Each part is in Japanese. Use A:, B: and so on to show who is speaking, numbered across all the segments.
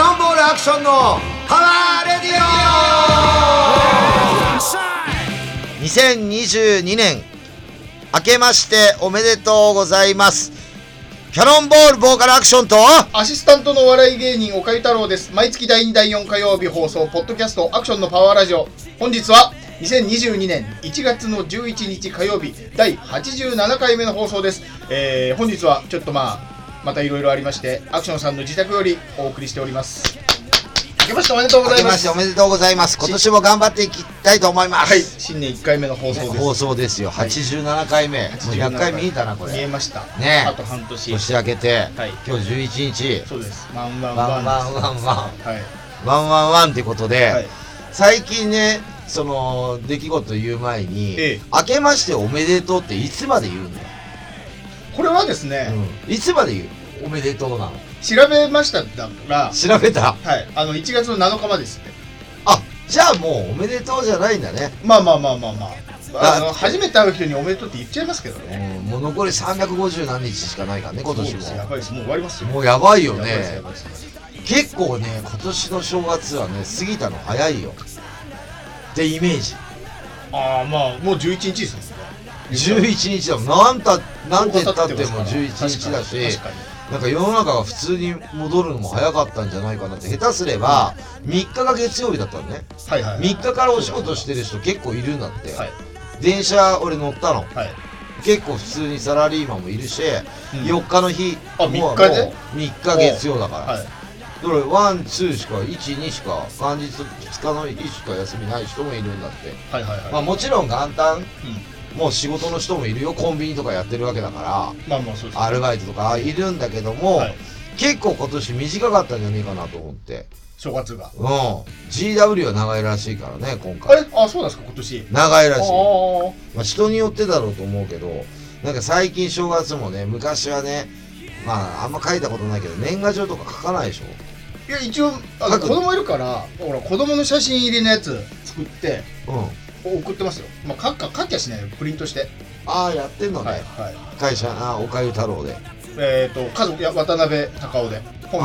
A: ションのパワーレディオ2022年明けましておめでとうございますキャノンボールボーカルアクションと
B: アシスタントのお笑い芸人岡井太郎です毎月第2第4火曜日放送ポッドキャストアクションのパワーラジオ本日は2022年1月の11日火曜日第87回目の放送です、えー、本日はちょっとまあまたいろいろありましてアクションさんの自宅よりお送りしております明けましておめでとうご
A: 明
B: ざい
A: けま
B: ま
A: して
B: す
A: おめでとうございます今年も頑張っていきたいと思います、
B: はい新年1回目の放送です
A: 放送ですよ87回目、もう
B: 87
A: 100回見えたなこ
B: 見え
A: れ
B: ました
A: ねえ
B: あと半年
A: 年明けて、
B: はい
A: 今日11日
B: そうですワンワン
A: ワ
B: ワン
A: ン
B: で
A: ワ
B: す
A: ンワンワ
B: はい
A: ンワンワンワンってことで、
B: はい
A: 最近ねその出来事言う前に、
B: ええ
A: 明けましておめでとうっていつまで言うの、
B: これはですね、
A: うんいつまで言うおめでとうなの
B: 調べましただから
A: 調べた
B: はい、あの1月の7日までですって。
A: あじゃあもうおめでとうじゃないんだね、
B: まあまあまあまあまあ。
A: あ
B: あの初めて会う人におめでとうって言っちゃいますけどね。
A: うん、もう残り350何日しかないからね今年
B: そうですや
A: も
B: ばいです。もう終わりますよ。
A: もうやばいよ
B: やばいですや
A: ね
B: ばいです
A: 結構ね今年の正月はね過ぎたの早いよってイメージ
B: ああ、まあ、もう11日ですね。
A: 11日だもんなんたなんて言ったっても
B: もう
A: 11日だし
B: 確かに。
A: なんか世の中が普通に戻るのも早かったんじゃないかなって下手すれば3日が月曜日だったのね
B: 確かにはいは
A: 3
B: い。
A: 日からお仕事してる人結構いるんだって、
B: はい。
A: 電車俺乗ったの
B: はい。
A: 結構普通にサラリーマンもいるし、
B: うん
A: 4日の日
B: あ
A: もう
B: 3日で
A: もう3日月曜だから、
B: はい。
A: それワンツーしか12しか元日2日の日しか休みない人もいるんだって、
B: はいはいはい。
A: まあ、もちろん元旦
B: うん
A: もう仕事の人もいるよコンビニとかやってるわけだか
B: まあまあ、そうです
A: ら。アルバイトとかいるんだけども、
B: はい
A: 結構今年短かったんじゃねえかなと思って
B: 正月が。
A: うん GW は長いらしいからね今
B: あ
A: 回
B: れあ、そうなんですか、今年。
A: 長い
B: あ
A: ら
B: あ
A: しいまあ、人によってだろうと思うけどなんか最近正月もね昔はねまああんま書いたことないけど年賀状とか書かないでしょ
B: ー。いや、一応、あの
A: 各
B: 子供いるから、ほら、子供の写真入りのやつ作って、
A: うん
B: 送ってますよ。まあ、書っか、書きゃしないよ、プリントして。
A: ああやってんのね、
B: はい。はい。
A: 会社あおかゆ太郎で
B: えっ、と家族いや渡辺隆夫で本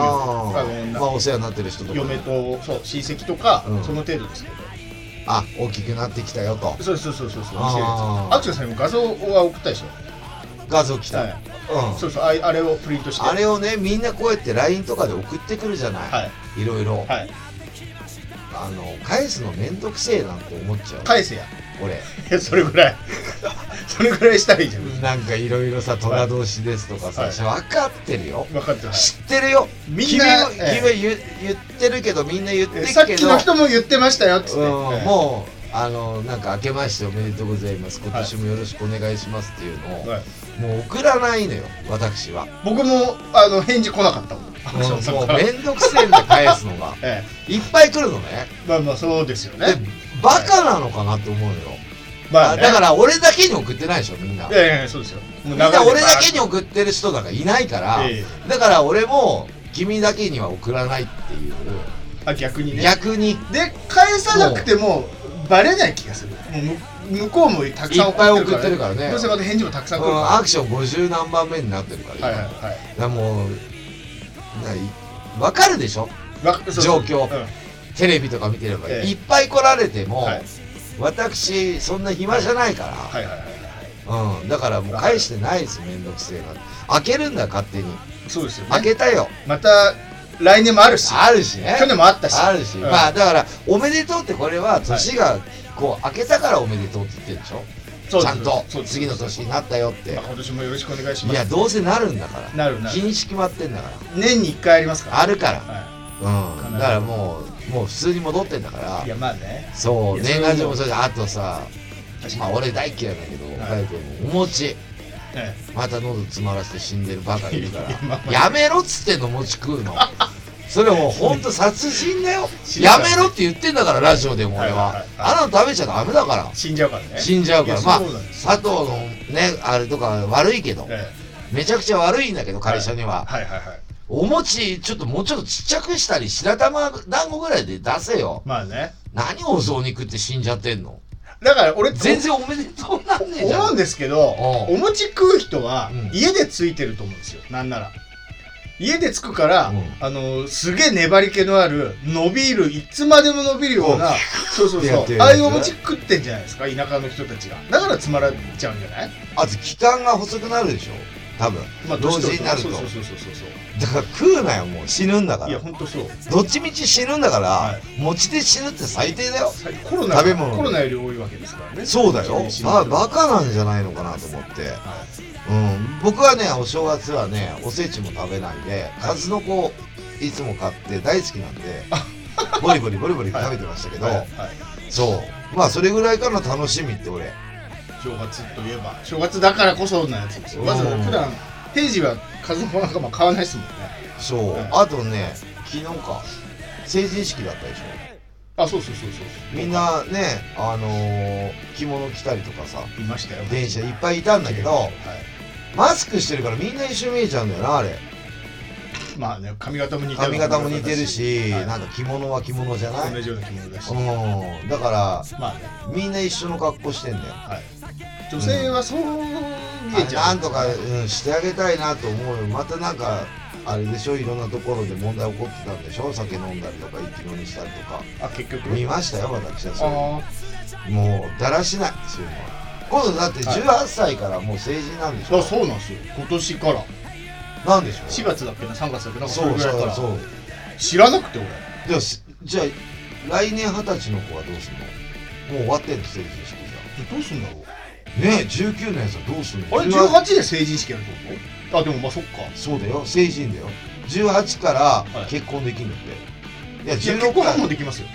B: 名
A: あ
B: で
A: ー、
B: あの
A: まあ、お世話になってる人とか
B: 嫁とそう親戚とか、
A: うん
B: その程度ですけど
A: あ大きくなってきたよと
B: そうそうそうそうそう
A: あー
B: アクションさんにも画像は送ったでしょ、
A: 画像来た、
B: はい、
A: う
B: そ
A: ん
B: うそうあいあれをプリントして
A: あれをねみんなこうやって LINE とかで送ってくるじゃない、
B: はい
A: い、ろいろ、
B: はい
A: あの返すのめんどくせえなんて思っちゃう
B: 返せや
A: 俺
B: それぐらい それぐらいしたらいいじゃん
A: なんかいろいろさ虎同士ですとかさ、
B: はい
A: 分かってるよ
B: 分かってます
A: 知ってるよ
B: みんな
A: 君も
B: ええ
A: 君は言言ってるけどみんな言って
B: え
A: る
B: さっ
A: け
B: き
A: ど
B: の人も言ってましたよっつって、
A: うん、もうあのなんか明けましておめでとうございます今年もよろしくお願いしますっていうのを、
B: う、はい、
A: もう送らないのよ私は
B: 僕もあの返事来なかったもんアクションさ
A: も
B: ん
A: う
B: から、
A: めんどくせえんだ返すのが
B: え
A: いっぱい来るのね
B: え、まあまあそうですよ
A: で
B: ね
A: バカなのかなって思うのよ、
B: まあ
A: あ
B: ね
A: だから俺だけに送ってないでしょみんない
B: やいやいやそうですよも
A: み
B: うん
A: な
B: 長い
A: 俺だけに送ってる人なんかいないから、
B: え
A: だから俺も君だけには送らないっていう
B: あ逆にね
A: 逆に
B: で返さなくてもバレない気がするもうむ向こうもたくさん
A: いっぱい送ってるからね
B: どうせまた返事もたくさん来る
A: う
B: か
A: んアクション50何番目になってるから、
B: ら、はい
A: 今
B: は
A: だか
B: い
A: らもうない分かるでしょ
B: はいわそうそう
A: 状況
B: うん
A: テレビとか見てれば、
B: ええ
A: いっぱい来られても、
B: はい
A: 私そんな暇じゃないから、
B: はいはいはい
A: うん、だからもう返してないですめんどくせえな開けるんだ勝手に
B: そうですよ
A: 開
B: ね
A: けたよ
B: また来年もあるし
A: あるしね
B: 去年もあったし
A: あるし、
B: うん
A: まあだからおめでとうってこれは年がこう開けたからおめでとうって言ってるでしょ
B: そう
A: ち
B: で
A: ゃ
B: す
A: んと
B: そうです
A: 次の年になったよって
B: まあ今年もよろしくお願いし
A: い
B: ま
A: や
B: す
A: どうせなるんだから
B: なるなる
A: 日にち決まってんだか
B: 年に一回ありますから
A: あるから
B: は
A: らうんだからもうもう普通に戻ってんだから
B: いいやまあね
A: そう
B: いや
A: 年賀状もそ
B: そう
A: れあとさ
B: 確
A: ま
B: か
A: あ
B: に、
A: 俺大嫌いだけど
B: は
A: 岡
B: い
A: 井君もお餅
B: え
A: また喉詰まらせて死んでるバカいるか
B: いやまあま
A: ら
B: あ
A: やめろっつってんの餅食うのそれもうほんと殺人だよ
B: 死ぬ
A: や
B: から
A: めろって言ってんだからラジオでも俺
B: はいはい
A: は
B: はい
A: あなの食べちゃダメだから
B: え死んじゃうからね
A: 死んじゃうから
B: い
A: ま
B: や
A: あ
B: そうなんです
A: 佐藤のねあれとか悪いけど
B: え
A: めちゃくちゃ悪いんだけど会社に
B: え
A: は
B: はいはいはい
A: お餅ちょっともうちょっとちっちゃくしたり白玉団子ぐらいで出せよ
B: まあね
A: 何お雑煮食って死んじゃってんの
B: だから俺
A: 全然おめでとうなんねえじゃん
B: 思うんですけど
A: う
B: お餅食う人は
A: うん
B: 家でついてると思うんですよなんなら家で作くから、
A: うん
B: あのすげえ粘り気のある伸びるいつまでも伸びるような、
A: うん
B: そうそう
A: やっ
B: そ
A: てる
B: う
A: や
B: あ
A: つ
B: あいうお餅食ってんじゃないですか田舎の人たちがだからつまらっちゃうんじゃない
A: あと気管が細くなるでしょ多分
B: まあ
A: 同時
B: 年取
A: になると
B: そうそうそうそうそう
A: だから食うなよもう死ぬんだか
B: いや
A: ら
B: 本当そう
A: どっちみち死ぬんだから、
B: は
A: 餅で死ぬって最低だよ
B: 最コロナ
A: 食べ物
B: コロナより多いわけですからね
A: そうだよ
B: 死ぬ人
A: あバカなんじゃないのかなと思って
B: は
A: うん僕はねお正月はねおせちも食べないで数の子をいつも買って大好きなんで ボリボリボリボリ食べてましたけ
B: い
A: ど、
B: はいはい
A: そうまあそれぐらいからの楽しみって俺
B: 正月といえば正月だからこそのやつですよまず
A: うん
B: 普段定時は数の子なんかまあ買わないですもんね
A: そう
B: はい
A: あとね昨日か成人式だったでし
B: あそうそうそうそ
A: ょ
B: う
A: みんなねあのー着物着たりとかさ
B: いましたよ
A: 電車いっぱいいたんだけど
B: はい
A: マスクしてるからみんな一緒に見えちゃうんだよなあれ
B: まあね髪型も似てる
A: 髪型も似てるし、
B: はい
A: なんか着物は着物じゃない、
B: 同じような着物だし
A: うんだから
B: まあね
A: みんな一緒の格好してんだよ
B: はい女性はそう見えちゃ
A: あ
B: う
A: なんとか、うん、してあげたいなと思うよまたなんかあれでしょいろんなところで問題起こってたんでしょ酒飲んだりとか生き飲みしたりとか
B: あ結局
A: 見ましたよ私はそれ
B: あ
A: もうだらしないそういうのは今度だって
B: はい
A: 18歳からもう成人なんでしょ、
B: ーあそうなんですよ今年から
A: なんでしょ
B: 4月だっけな3月だっけなそ
A: そ
B: れ
A: う
B: ぐらいか
A: そう
B: ら
A: そう
B: 知らなくて俺
A: でもすじゃあ来年二十歳の子はどうすんのもう終わってんの成人式じ
B: どうすんだろ
A: ゃ
B: う
A: んねえ19のやつはどうすんの
B: あれ18で成人式やるってことあでもまあそっか
A: そうだよ成人だよ18から
B: い
A: 結婚できるんだって、い、や
B: いや
A: 16
B: 結婚
A: から
B: はもうできますよ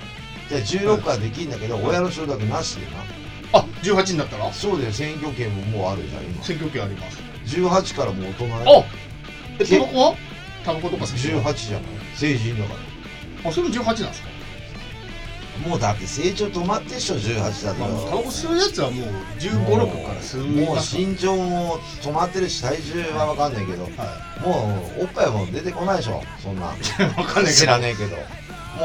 A: じゃあ16からできんだけど、親の承諾なしでな
B: あ18になったら
A: そうだよ選挙権ももうあるじゃん今
B: 選挙権あります
A: 18からもう大人だよ
B: あえタバコはタバコとか吸う
A: 18じゃない成人だか
B: あそれも18なんですから
A: もうだって成長止まってっしょ18だと、
B: まあ、タバコ吸うやつはもう1 5
A: もう
B: 六6から吸う
A: もう身長も止まってるし体重は分かんないけど
B: は
A: もうおっぱいも出てこないでしょそ んな
B: い分かんない
A: 知
B: け
A: らねえけど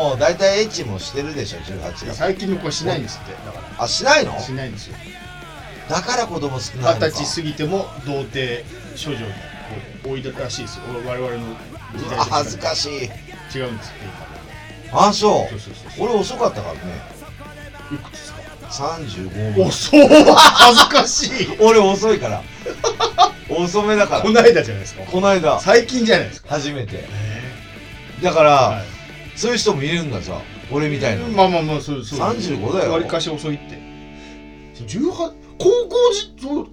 A: もう大体エッチもしてるでしょ18
B: ど
A: だ
B: 最近の子はしないんですってだか
A: あしないの
B: らしないんですよ
A: だから子供少ないのか
B: 二十歳過ぎても童貞少女がこう多いらしいですよ我々の時代
A: あ恥ずか
B: し
A: しい
B: い違うんですって
A: あそ
B: 今そうそうそう
A: う俺遅かったからね
B: いくつですか
A: 35
B: おそう恥ずかしい
A: 俺遅いから遅めだか
B: こ
A: ら
B: の間じゃないですか
A: こないだ
B: 最近じゃないですか
A: 初めてだから、
B: は
A: そういう人もいるんださ俺みたいな、
B: まあまあまあそうそう
A: 35だよ
B: 割りかし遅いって18高校時そう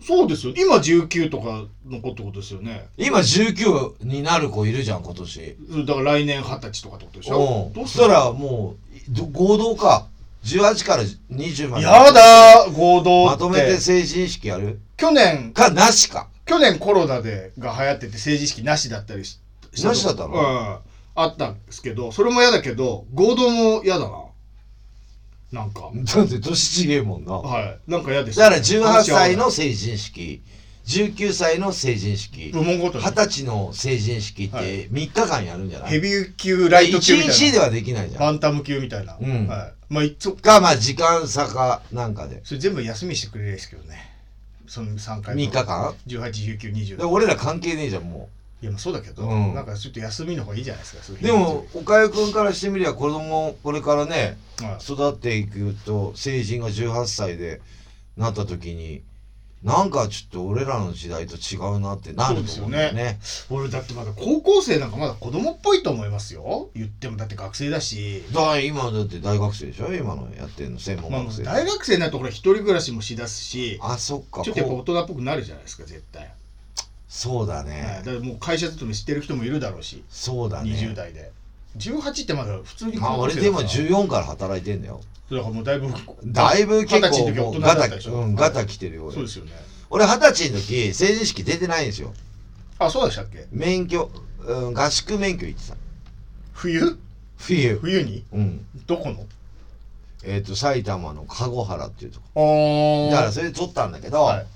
B: そうですよ今19とかの子ってことですよね
A: 今19になる子いるじゃん今年
B: そうだから来年二十歳とかってことでしょ
A: う
B: ど
A: んそ
B: うす
A: した
B: る
A: らもうど合同か18から20まで
B: やだー合同って
A: まとめて成人式やる
B: 去年
A: かなしか
B: 去年コロナでが流行ってて成人式なしだったりしと
A: なしだったの
B: うんあったんですけどそれも嫌だけど合同も嫌だななんか
A: だって年違えもんな
B: はいなんか嫌です
A: だから18歳の成人式19歳の成人式
B: 部門ごとに
A: 二十歳の成人式って3日間やるんじゃない、
B: ヘビー級ライト級みたいな
A: ?1 日ではできないじゃん。
B: バンタム級みたいな、
A: うん
B: はい、まあいつも
A: か、まあ時間差かなんかで。
B: それ全部休みにしてくれるんですけどねその3回
A: 3日間
B: 181920
A: で俺ら関係ねえじゃん、も
B: いやまあそうだけど、
A: うん
B: なんかちょっと休みの方がいいじゃないですかそうい
A: う。
B: う日
A: でも、岡かくんからしてみりゃ子供、これからね、
B: はい
A: 育っていくと、成人が18歳でなった時に、なんかちょっと俺らの時代と違うなってなると思うんだよね。
B: 俺だってまだ高校生なんかまだ子供っぽいと思いますよ言ってもだって学生だし
A: だから今だって大学生でしょ今のやってんの、専門
B: まあ、も
A: 学
B: う
A: 生。
B: 大学生になるとほら一人暮らしもしだすし
A: あ、そっか。
B: ちょっとやっぱ
A: こ
B: 大
A: う
B: 人っぽくなるじゃないですか絶対、
A: そうだ
B: はい
A: ね。
B: だからもう会社勤めしてる人もいるだろうし、
A: そうだ
B: 20
A: ね。
B: 代で18ってまだ普通に
A: まあ俺でも14から働いてんだよ。
B: だからもうだいぶ
A: だいぶ結
B: 二十歳の時は
A: 構
B: 大人
A: ガ
B: だったでし
A: タ、
B: ょ、
A: うん、ガタ来てるよ
B: そう
A: 俺
B: で。すよね
A: 俺二十歳の時、成人式出てないんですよ。
B: あそうでしたっけ
A: 免許、うん、合宿免許行ってた。
B: 冬
A: 冬。
B: 冬に
A: うん。
B: どこの
A: えっ、と、埼玉の籠原っていうとこ。
B: あ
A: だからそれで取ったんだけど、
B: はい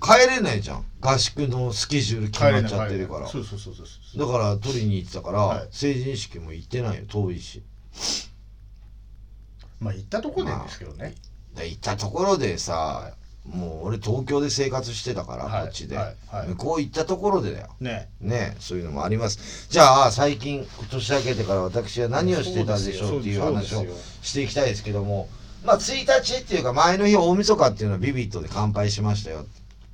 A: 帰れないじゃん。合宿のスケジュール決まっちゃってるから。
B: そうそうそうそうそう
A: だから取りに行ってたから、
B: はい
A: 成人式も行ってないよ、遠いし。
B: まあ行ったとこでですけどね、
A: で行ったところでさ、もう俺東京で生活してたから、
B: はい
A: こっちで、
B: はいはい
A: 向こう行ったところでだよ
B: ね
A: ねそういうのもありますじゃあ最近年明けてから私は何をしてたでしょうっていう話
B: そ
A: を
B: うです
A: していきたいですけどもまあ1日っていうか前の日大晦日っていうのはビビットで乾杯しましたよ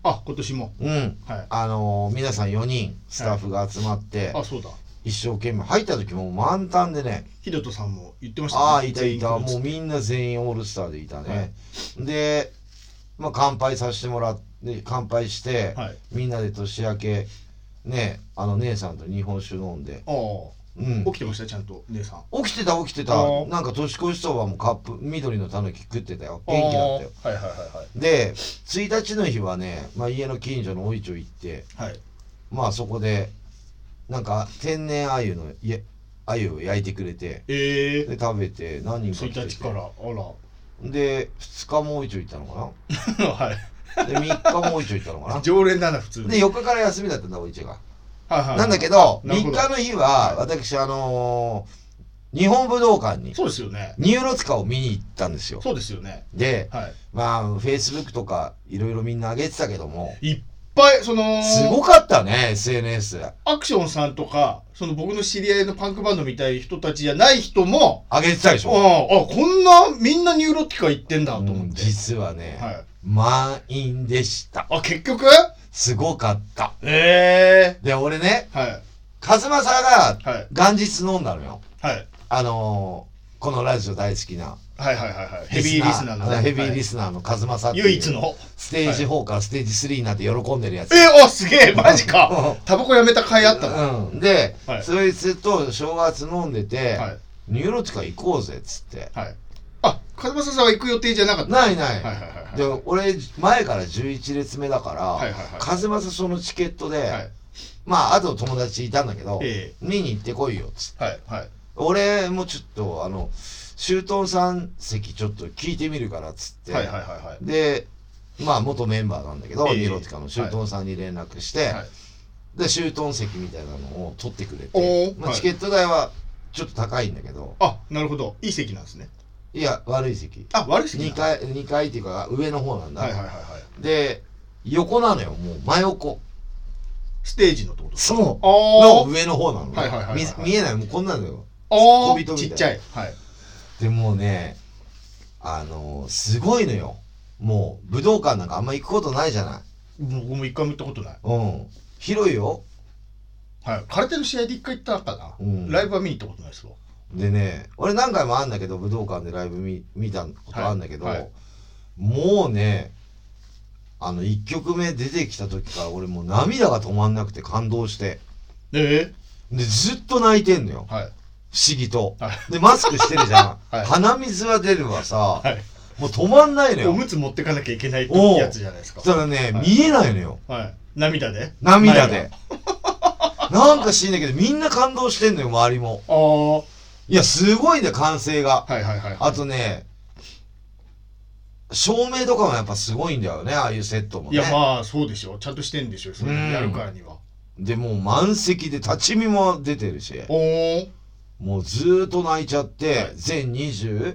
B: あ今年も
A: うん
B: はい
A: あのー皆さん4人スタッフが集まって、
B: あそうだ
A: 一生懸命入った時もう満タンでね
B: ヒデトさんも言ってましたね
A: ああいたいた
B: 全員
A: もうみんな全員オールスターでいたね、で、まあ、乾杯させてもらって乾杯して、
B: はい
A: みんなで年明けねあの姉さんと日本酒飲んで、
B: ああ
A: うん
B: 起、きてましたちゃんと姉さん
A: 起きてた起きてた
B: あー
A: なんか年越しそばもカップ緑のたぬき食ってたよ元気だったよ
B: ああはいはいは
A: で1日の日はね、まあ、家の近所のおいちょ行って
B: いはいはい
A: まあそこでなんか天然鮎のいえ鮎を焼いてくれて
B: ええ
A: で食べて何人か来て
B: 1
A: て
B: 日からあ
A: で2日もおいちょ行ったのかな
B: らはい
A: で3日もおいちょ行ったの かな
B: 常連だな普通に
A: で4日から休みだったんだおいちょが、
B: はいはいはい
A: なんだけど
B: なるほ
A: 3
B: ど
A: 日の日は私あのー日本武道館に
B: そうですよね
A: ニューロツカを見に行ったんですよ
B: そうですよね
A: で
B: はい
A: まあフェイスブックとかいろいろみんな上げてたけども
B: いっぱいその
A: すごかったね SNS
B: アクションさんとかその僕の知り合いのパンクバンドみたいな人たちじゃない人も
A: 上げてたでし
B: あ
A: ょ、
B: ああこんなみんなニューロティカ行ってんだと
A: う
B: 思っ
A: ん
B: て、
A: 実はね、
B: はい、
A: 満員でした
B: あ結局
A: すごかった
B: ええ
A: で俺ね
B: はい
A: 和正が
B: はい
A: 元日飲んだのよ
B: はい
A: あのーこのラジオ大好きな
B: はいはいはいはいヘビーリスナーのね、
A: あヘビーリ
B: ス
A: スナーのカズマさんっていう
B: 唯一の
A: ステージ4からステージ3になって喜んでるやつ
B: えおすげえマジかタバコやめた甲斐あったの、
A: うんで、
B: はい
A: そいつと正月飲んでて、
B: はい
A: ニューロティカ行こうぜっつって
B: はいあ風間さんは行く予定じゃなかった
A: ないない、
B: はいはいはいはい
A: で俺前から11列目だから、
B: はいはいはい
A: 風間さんそのチケットで、
B: はい
A: まああと友達いたんだけど、
B: え
A: 見に行ってこいよっつって
B: はいはい
A: 俺もちょっとあの周東さん席ちょっと聞いてみるからっつって、
B: はいはいはいはい
A: でまあ元メンバーなんだけど、
B: ええ
A: ニロティカの周東さんに連絡して、
B: はい
A: で周東席みたいなのを取ってくれ
B: お
A: て
B: ー、
A: まあ、
B: はい
A: チケット代はちょっと高いんだけど、
B: あなるほどいい席なんですね
A: い、や悪い席
B: あ悪い席なん
A: 2
B: だ
A: 階二階っていうか上の方なんだ、
B: はいはいはいはい
A: で横なのよもう真横
B: ステージのってこと
A: そう
B: あ
A: の上の方なの、ね
B: はいはいはいはい
A: 見見えないもうこんなのよ
B: ああ
A: 小人みた
B: あち
A: い
B: っちゃいはい
A: でもうねあのすごいのよもう武道館なんかあんま行くことないじゃない
B: 僕も一回も行ったことない
A: うん広いよ
B: はい空手の試合で一回行ったかな、
A: うん
B: ライブは見に行ったことないですわ
A: でね俺何回もあんだけど武道館でライブ見見たことあんだけど、
B: はいはい
A: もうねあの1曲目出てきた時から俺もう涙が止まんなくて感動して
B: え
A: でずっと泣いてんのよ
B: えはい
A: 不思議と
B: は
A: でマスクしてるじゃん、
B: はい
A: 鼻水は出るわさ、
B: はい
A: もう止まんないの
B: お
A: よ
B: むつ持ってかなきゃいけない
A: おう
B: やつじゃないです
A: そ
B: か
A: したらね、
B: はい
A: 見えないのよ
B: はい涙で
A: 涙で なんか知んないけどみんな感動してんのよ周りも
B: ああはい
A: やすごいね歓声が
B: いはいはい
A: あとね、照明とかもやっぱすごいんだよね、ああいうセットも
B: い
A: ね。
B: やまあそうでしょちゃんとしてんでしょそれ
A: うん
B: やるからには
A: で、もう満席で立ち見も出てるし、
B: おー
A: もうずーっと泣いちゃって、
B: はい
A: 全23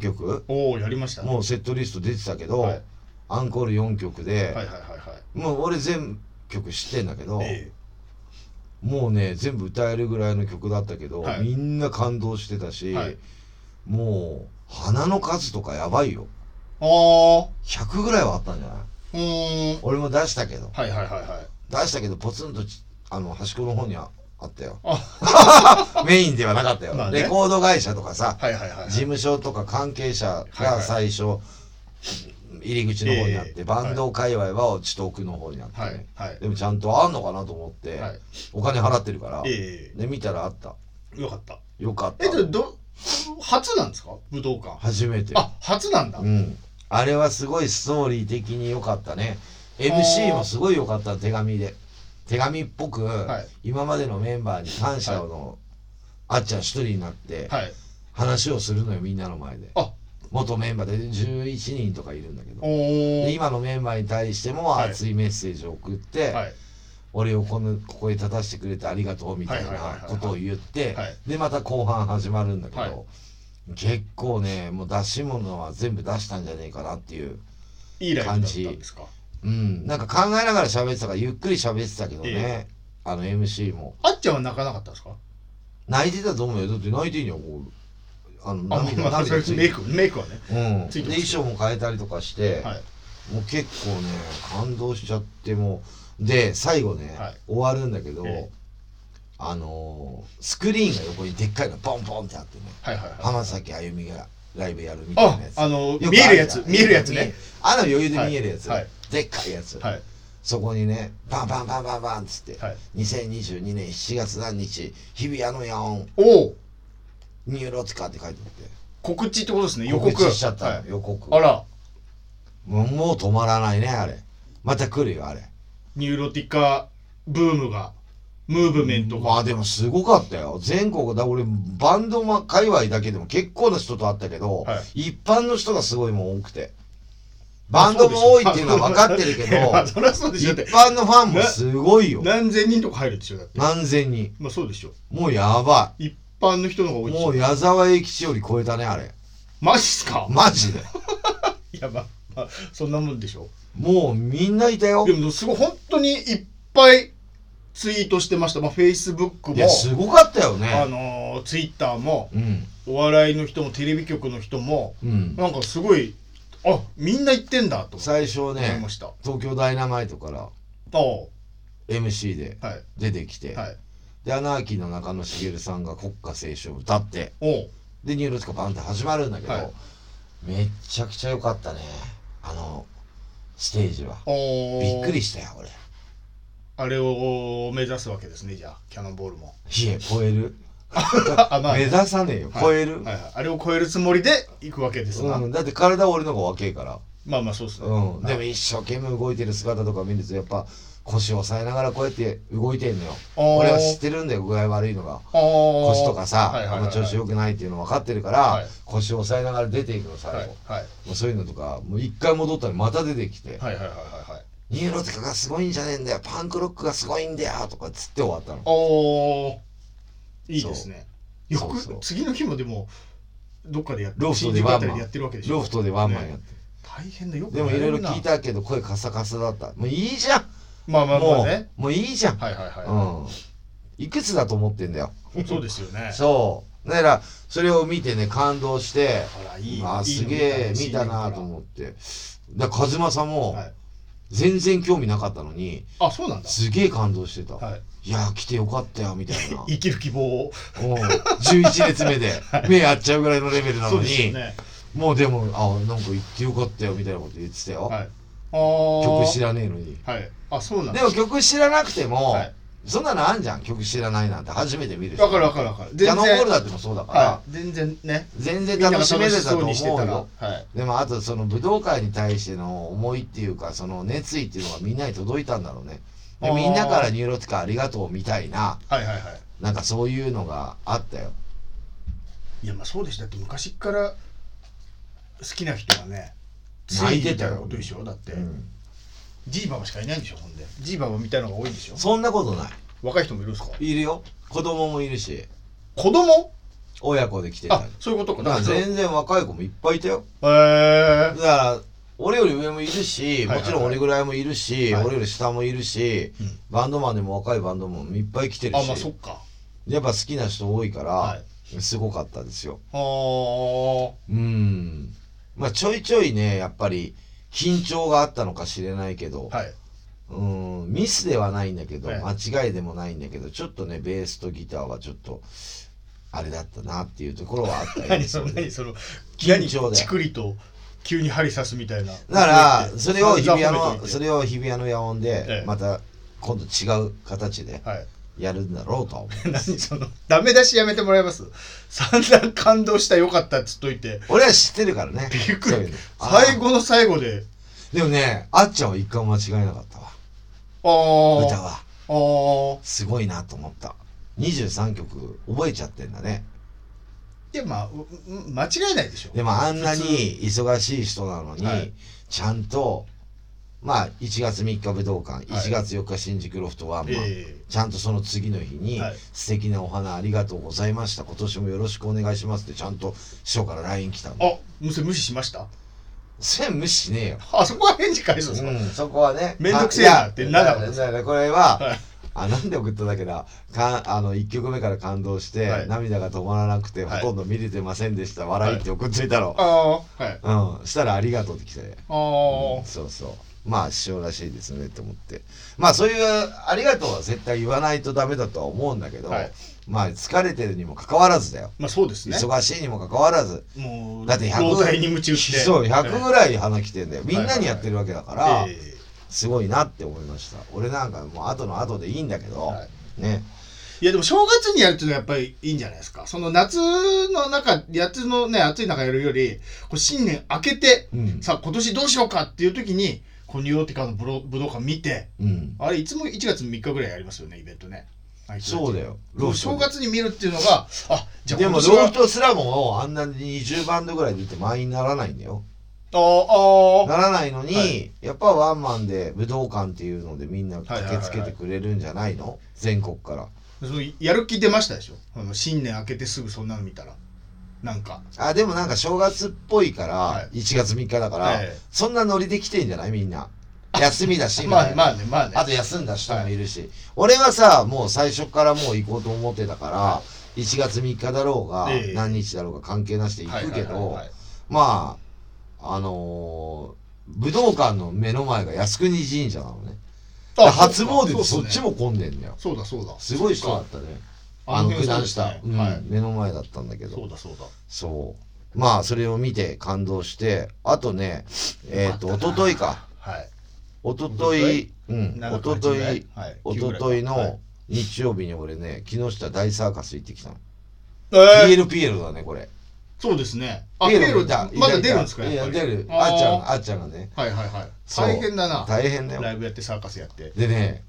A: 曲、
B: おおやりましたね
A: もうセットリスト出てたけど、
B: はい
A: アンコール4曲で、
B: はいはいはいはい
A: もう俺全曲知ってんだけど、
B: え
A: もうね、全部歌えるぐらいの曲だったけど、
B: はい
A: みんな感動してたし、
B: はい
A: もう花の数とかやばいよ。
B: えああ
A: 100ぐらいはあったんじゃないう
B: ーん
A: 俺も出したけど。
B: はいはいはいはい
A: 出したけどポツンとちあの端っこの方にはあったよ
B: あ
A: メインではなかったよ、
B: まあね
A: レコード会社とかさ
B: はいはいはいはい
A: 事務所とか関係者
B: はいは
A: が
B: い
A: 最初、入り口の方にあって、
B: ええ
A: バンド界隈は落ちと奥の方にあってね、
B: はいはい
A: でもちゃんとあんのかなと思って、
B: はい
A: お金払ってるから、
B: え
A: で見たらあった
B: えよかった
A: よかった
B: えじゃあど初なんですか武道館
A: 初めて
B: あ初なんだ
A: うんあれはすごいストーリー的に良かったね MC もすごい良かった手紙で手紙っぽく、
B: い
A: 今までのメンバーに感謝の、あっちゃん一人になって
B: はい
A: 話をするのよみんなの前で
B: あ
A: 元メンバーで11人とかいるんだけ
B: お
A: ど
B: お
A: で今のメンバーに対しても
B: はい
A: 熱いメッセージを送って、
B: はい
A: 俺をこのここへ立たせてくれてありがとうみたい
B: はいはいはい
A: な
B: はい
A: ことを言って
B: はい
A: でまた後半始まるんだけど、
B: はい
A: 結構ねもう出し物は全部出したんじゃねえかなっていう
B: いいライブだったんですか
A: うん、なんか考えながら喋ってたからゆっくり喋ってたけどね、あの MC も
B: あっちゃんは泣かなかったんですか
A: 泣いてたと思うよだって泣いてんじゃんこうあの
B: あ、
A: 涙
B: まあ、まあ
A: 涙つい
B: メイ
A: て
B: クメイクはね、
A: うん、
B: つ
A: で
B: いて
A: 衣
B: ます
A: 装も変えたりとかして、
B: はい、
A: もう結構ね感動しちゃってもうで最後ね、
B: はい
A: 終わるんだけど、
B: ええ
A: あのースクリーンが横にでっかいのボンボンってあってね
B: はいはいはい
A: 浜崎あゆみがライブやるみたい
B: あ
A: なやつ
B: あの
A: よく
B: 見えるや
A: あ
B: つ
A: じゃん
B: 見えるやつね
A: あの余裕で見えるやつ、
B: はいはい
A: でっかいやつ、
B: はい
A: そこにねバンバンバンバンバンっつって、
B: はい
A: 2022年7月何日日比谷のヤオン
B: おお
A: ニューロティカって書いてあって
B: 告知ってことですね予告
A: 告知しちゃったの、
B: はい、
A: 予告
B: あら
A: もうもう止まらないねあれまた来るよあれ
B: ニューロティカブームがムーブメント
A: ま
B: が
A: あでもすごかったよ全国だから俺バンドマン界隈だけでも結構な人と会ったけど、
B: は
A: 一般の人がすごいもう多くてバンドも多いっていうのは分かってるけ
B: い やまあ
A: ど
B: そりゃそうでし
A: 一
B: ょだって
A: 般のファンもすごいよ
B: 何千人とか入るでしょだって
A: 何千人
B: まあそうでしょ
A: もうやば
B: 一般の人の方が多
A: い
B: いで
A: もう
B: しょ
A: 矢沢永吉より超えたねあれ
B: マジっすか
A: マジで
B: いやまあ、まあ、そんなもんでしょ
A: もうみんないたよ
B: でもすごい本当にいっぱいツイートしてましたまあフェイスブックも
A: いやすごかったよ
B: あ
A: ね
B: のツイッター Twitter も
A: うん
B: お笑いの人もテレビ局の人も
A: うん
B: なんかすごいあみんな言ってんだと思
A: 最初
B: い
A: ね
B: ました、
A: 東京ダイナマイトから
B: ああ
A: MC で
B: は
A: 出てき
B: い
A: て、
B: はい
A: でアナーキーの中野茂さんが国歌斉唱を歌って
B: おう
A: でニューロティカバンって始まるんだけど、
B: はい
A: めっちゃくちゃ良かったねあのステージは
B: お
A: びっくり
B: し
A: したよ俺
B: あれを目指すわけですねじゃあキャノンボールも
A: いえ超える
B: あまあ
A: 目
B: ね
A: 指さねえよ、
B: はい
A: 超える、
B: はいはい、あれを超えるつもりで行くわけですな、
A: うん、だって体俺の方が若いから、
B: まあまあそうですね、
A: うん、
B: な
A: でも一生懸命動いてる姿とか見るとやっぱ腰を押さえながらこうやって動いてんのよ
B: あー
A: 俺は知ってるんだよ具合悪いのが腰
B: 腰
A: とかさ、
B: はいはいはい
A: あんま調子良くないっていうの分かってるから、
B: はい
A: 腰を押さえながら出ていくの最後、
B: はいはい
A: もうそういうのとかもう一回戻ったらまた出てきて、
B: はいはいはいはいはい
A: ニューロティカがすごいんじゃねえんだよパンクロックがすごいんだよとかつって終わったの
B: おーいいですねよ
A: そう
B: く
A: そう
B: 次の日もでもどっかでやって
A: ロフトで
B: 新宿
A: ワ
B: あ
A: ン
B: たり
A: マ
B: で
A: ン
B: やってるわけでしょ
A: ロフトでワンマンやって、
B: ね大変だよく
A: でもいろいろ
B: やるな
A: 聞いたけど声カサカサだったもういいじゃん、
B: まあまあま
A: も
B: あ
A: う、
B: ね
A: もういいじゃん、
B: はいはいはい、
A: うんいくつだと思ってんだよ
B: そうですよね
A: そうだからそれを見てね感動して
B: あらいい
A: あ
B: いい
A: すげえ見たなと思ってだから和正
B: う
A: も
B: はい、
A: 全然興味なかったのに
B: あそうなんだ
A: すげえ感動してた、
B: はい
A: い、やー来てよかったよみたい な
B: 生きる希望を
A: うん11列目で目合っちゃうぐらいのレベルな
B: そ
A: の
B: うです
A: に、
B: よね
A: もうでもあなんか行ってよかったよみたいなこと言ってたよ、
B: はいあー
A: 曲知らねえのに
B: はいあそうなん
A: で
B: だ
A: も曲知らなくても、
B: はい
A: そんなのあんじゃん曲知らないなんて初めて見る人
B: わかるわかるわかる
A: キャノン
B: 全
A: ボール
B: 然
A: だってもそうだから、
B: はい全然ね
A: 全
B: み
A: 然
B: んなが
A: 楽
B: 楽
A: しめて
B: した
A: と
B: そう
A: 思
B: にして
A: う
B: たらは
A: よ
B: い
A: でもあとその武道会に対しての思いっていうかその熱意っていうのがみんなに届いたんだろうねで
B: あー
A: みんなからニューロティカありがとうみたいな
B: はいはいはい
A: なんかそういうのがあったよ
B: いやまあそうでしたって昔っから好きな人がね
A: 泣いてたよ
B: つみなことでしょだって、
A: うん
B: ジーババしかいないんでしょほんでジーババみたいのが多いんでしょ
A: そんなことない
B: 若い人もいるんですか
A: いるよ子供もいるし
B: 子供
A: 親子で来てた
B: あ
A: り
B: そういうことか
A: だから
B: それへ
A: 全然若い子もいっぱいいたよだ
B: え
A: から俺より上もいるし
B: はいはいはい
A: もちろん俺ぐらいもいるし、
B: はい
A: 俺より下もいるし、
B: うん
A: バンドマンでも若いバンドマンもいっぱい来てる
B: あ
A: し、
B: まあそっか
A: やっぱ好きな人多いから、
B: はい
A: すごかったですよ
B: あー
A: うんまあちょいちょいねやっぱり緊張があったのかしれないけど、
B: はい
A: うんミスではないんだけど、
B: ええ
A: 間違いでもないんだけどちょっとねベースとギターはちょっとあれだったなっていうところはあったよね
B: 何 その
A: れで
B: 何その
A: 緊張
B: 何
A: で
B: チクリと急に針刺すみたいな
A: だからそれを日比谷
B: 散々褒め
A: の
B: といて
A: それを日比谷の野音
B: え
A: で
B: え
A: また今度違う形で
B: はい
A: やるんだろうとは思う
B: 何そのダメ出しやめてもらえます散々感動したよかったっつっといて
A: 俺は知ってるからね
B: びっくり
A: そういうの
B: 最後の最後で
A: でもねあっちゃんは一回も間違えなかったわ
B: あー
A: 歌は
B: あー
A: すごいなと思った23曲覚えちゃってんだね
B: いやまあうう間違いないでしょ
A: でもあんなに
B: 普通
A: 忙しい人なのに、
B: はい
A: ちゃんとまあ1月3日武道館
B: はい
A: 1月4日新宿ロフトワンマン、
B: え
A: ちゃんとその次の日に、
B: はい
A: 素敵なお花ありがとうございました今年もよろしくお願いしますってちゃんと師匠から LINE 来た
B: え
A: の
B: あむせ無視しました
A: それは無視しねえよ。
B: あそこは返事返すんですか、
A: うん、そこはね。
B: めんどくせえなってならなかったです
A: だからこれは、
B: はい
A: あ、なんで送っただけだ。かんあの、1曲目から感動して、
B: はい
A: 涙が止まらなくて、
B: はい
A: ほとんど見れてませんでした。笑いって送っといたろ。
B: ああはい
A: うん。したら、ありがとうって来て。
B: ああ、
A: そうそう。まあ、師匠らしいですねって思って。まあ、そういう、ありがとうは絶対言わないとダメだとは思うんだけど、
B: はい
A: まあ、疲れてるにもかかわらずだよ。
B: まあそうですね
A: 忙しいにもかかわらず、
B: もう
A: だって100
B: 老体に夢中して
A: そう、100
B: は
A: ぐらい花来てんだよ。みんなにやってるわけだから、
B: いええ
A: すごいなって思いました。俺なんかもう後の後でいいんだけど、
B: はい
A: ね。
B: いやでも正月にやるっていうのはやっぱりいいんじゃないですかその夏の中夏のね暑い中やるよりこう新年明けて
A: うん。
B: さあ今年どうしようかっていう時にこのニューロティカの武道武道館見て
A: うん。
B: あれいつも1月3日ぐらいやりますよねイベントねあいつたち
A: そうだよ。
B: もう正月に見るっていうのがあじゃあ
A: で
B: 今
A: も、
B: 年
A: ロ
B: は
A: フトスラモンをあんなに20バンドぐらい出て満員にならないんだよ。
B: あああ
A: ならないのに、
B: はい
A: やっぱワンマンで武道館っていうのでみんな
B: はい
A: 駆
B: はい
A: け
B: はい
A: つけてくれるんじゃないの全国から。
B: そのやる気出ましたでしょあの新年明けてすぐそんなの見たらなんか
A: あ、でもなんか正月っぽいから、
B: は
A: 1月3日だから、
B: ええ
A: そんなノリで来てんじゃないみん な。休みだし、み
B: ま
A: たい
B: あ
A: な
B: まあねまあね
A: あと休んだ人もいるし、俺はさ、もう最初からもう行こうと思ってたから、1月3日だろうが、
B: ええ
A: 何日だろうが関係なしで行くけ
B: はいはいはい
A: ど
B: はい、
A: まあ、あのー武道館の目の前が靖国神社なのね。
B: あ
A: 初詣で
B: そ
A: そうっ
B: か
A: ちも混んでんだよ。
B: そうだそうだ
A: すごい人だったね。あの九段下、うん
B: はい
A: 目の前だったんだけ
B: そ
A: ど。
B: うだそうだ
A: そう。まあ、それを見て感動して、あとね、えっ、と、
B: よか
A: 一
B: ったな
A: 昨日か。
B: はい
A: 一昨日うん、
B: 7
A: 一昨日
B: はい
A: 一昨日の日曜日に俺ね、木下大サーカス行ってきたの。
B: えー
A: PLPL だね、これ。
B: そうですね。あ、
A: ピ
B: ピ
A: エ
B: エ
A: ロ
B: ロ
A: いた
B: まだ出るんですか
A: い
B: や
A: や、
B: っぱ
A: 出
B: り
A: る。あっちゃん、
B: ー
A: あっちゃんがね。
B: はいはいはい。
A: そう
B: 大変だな。
A: 大変だ
B: ライ
A: よ。
B: ブやってサーカスやって。
A: でね、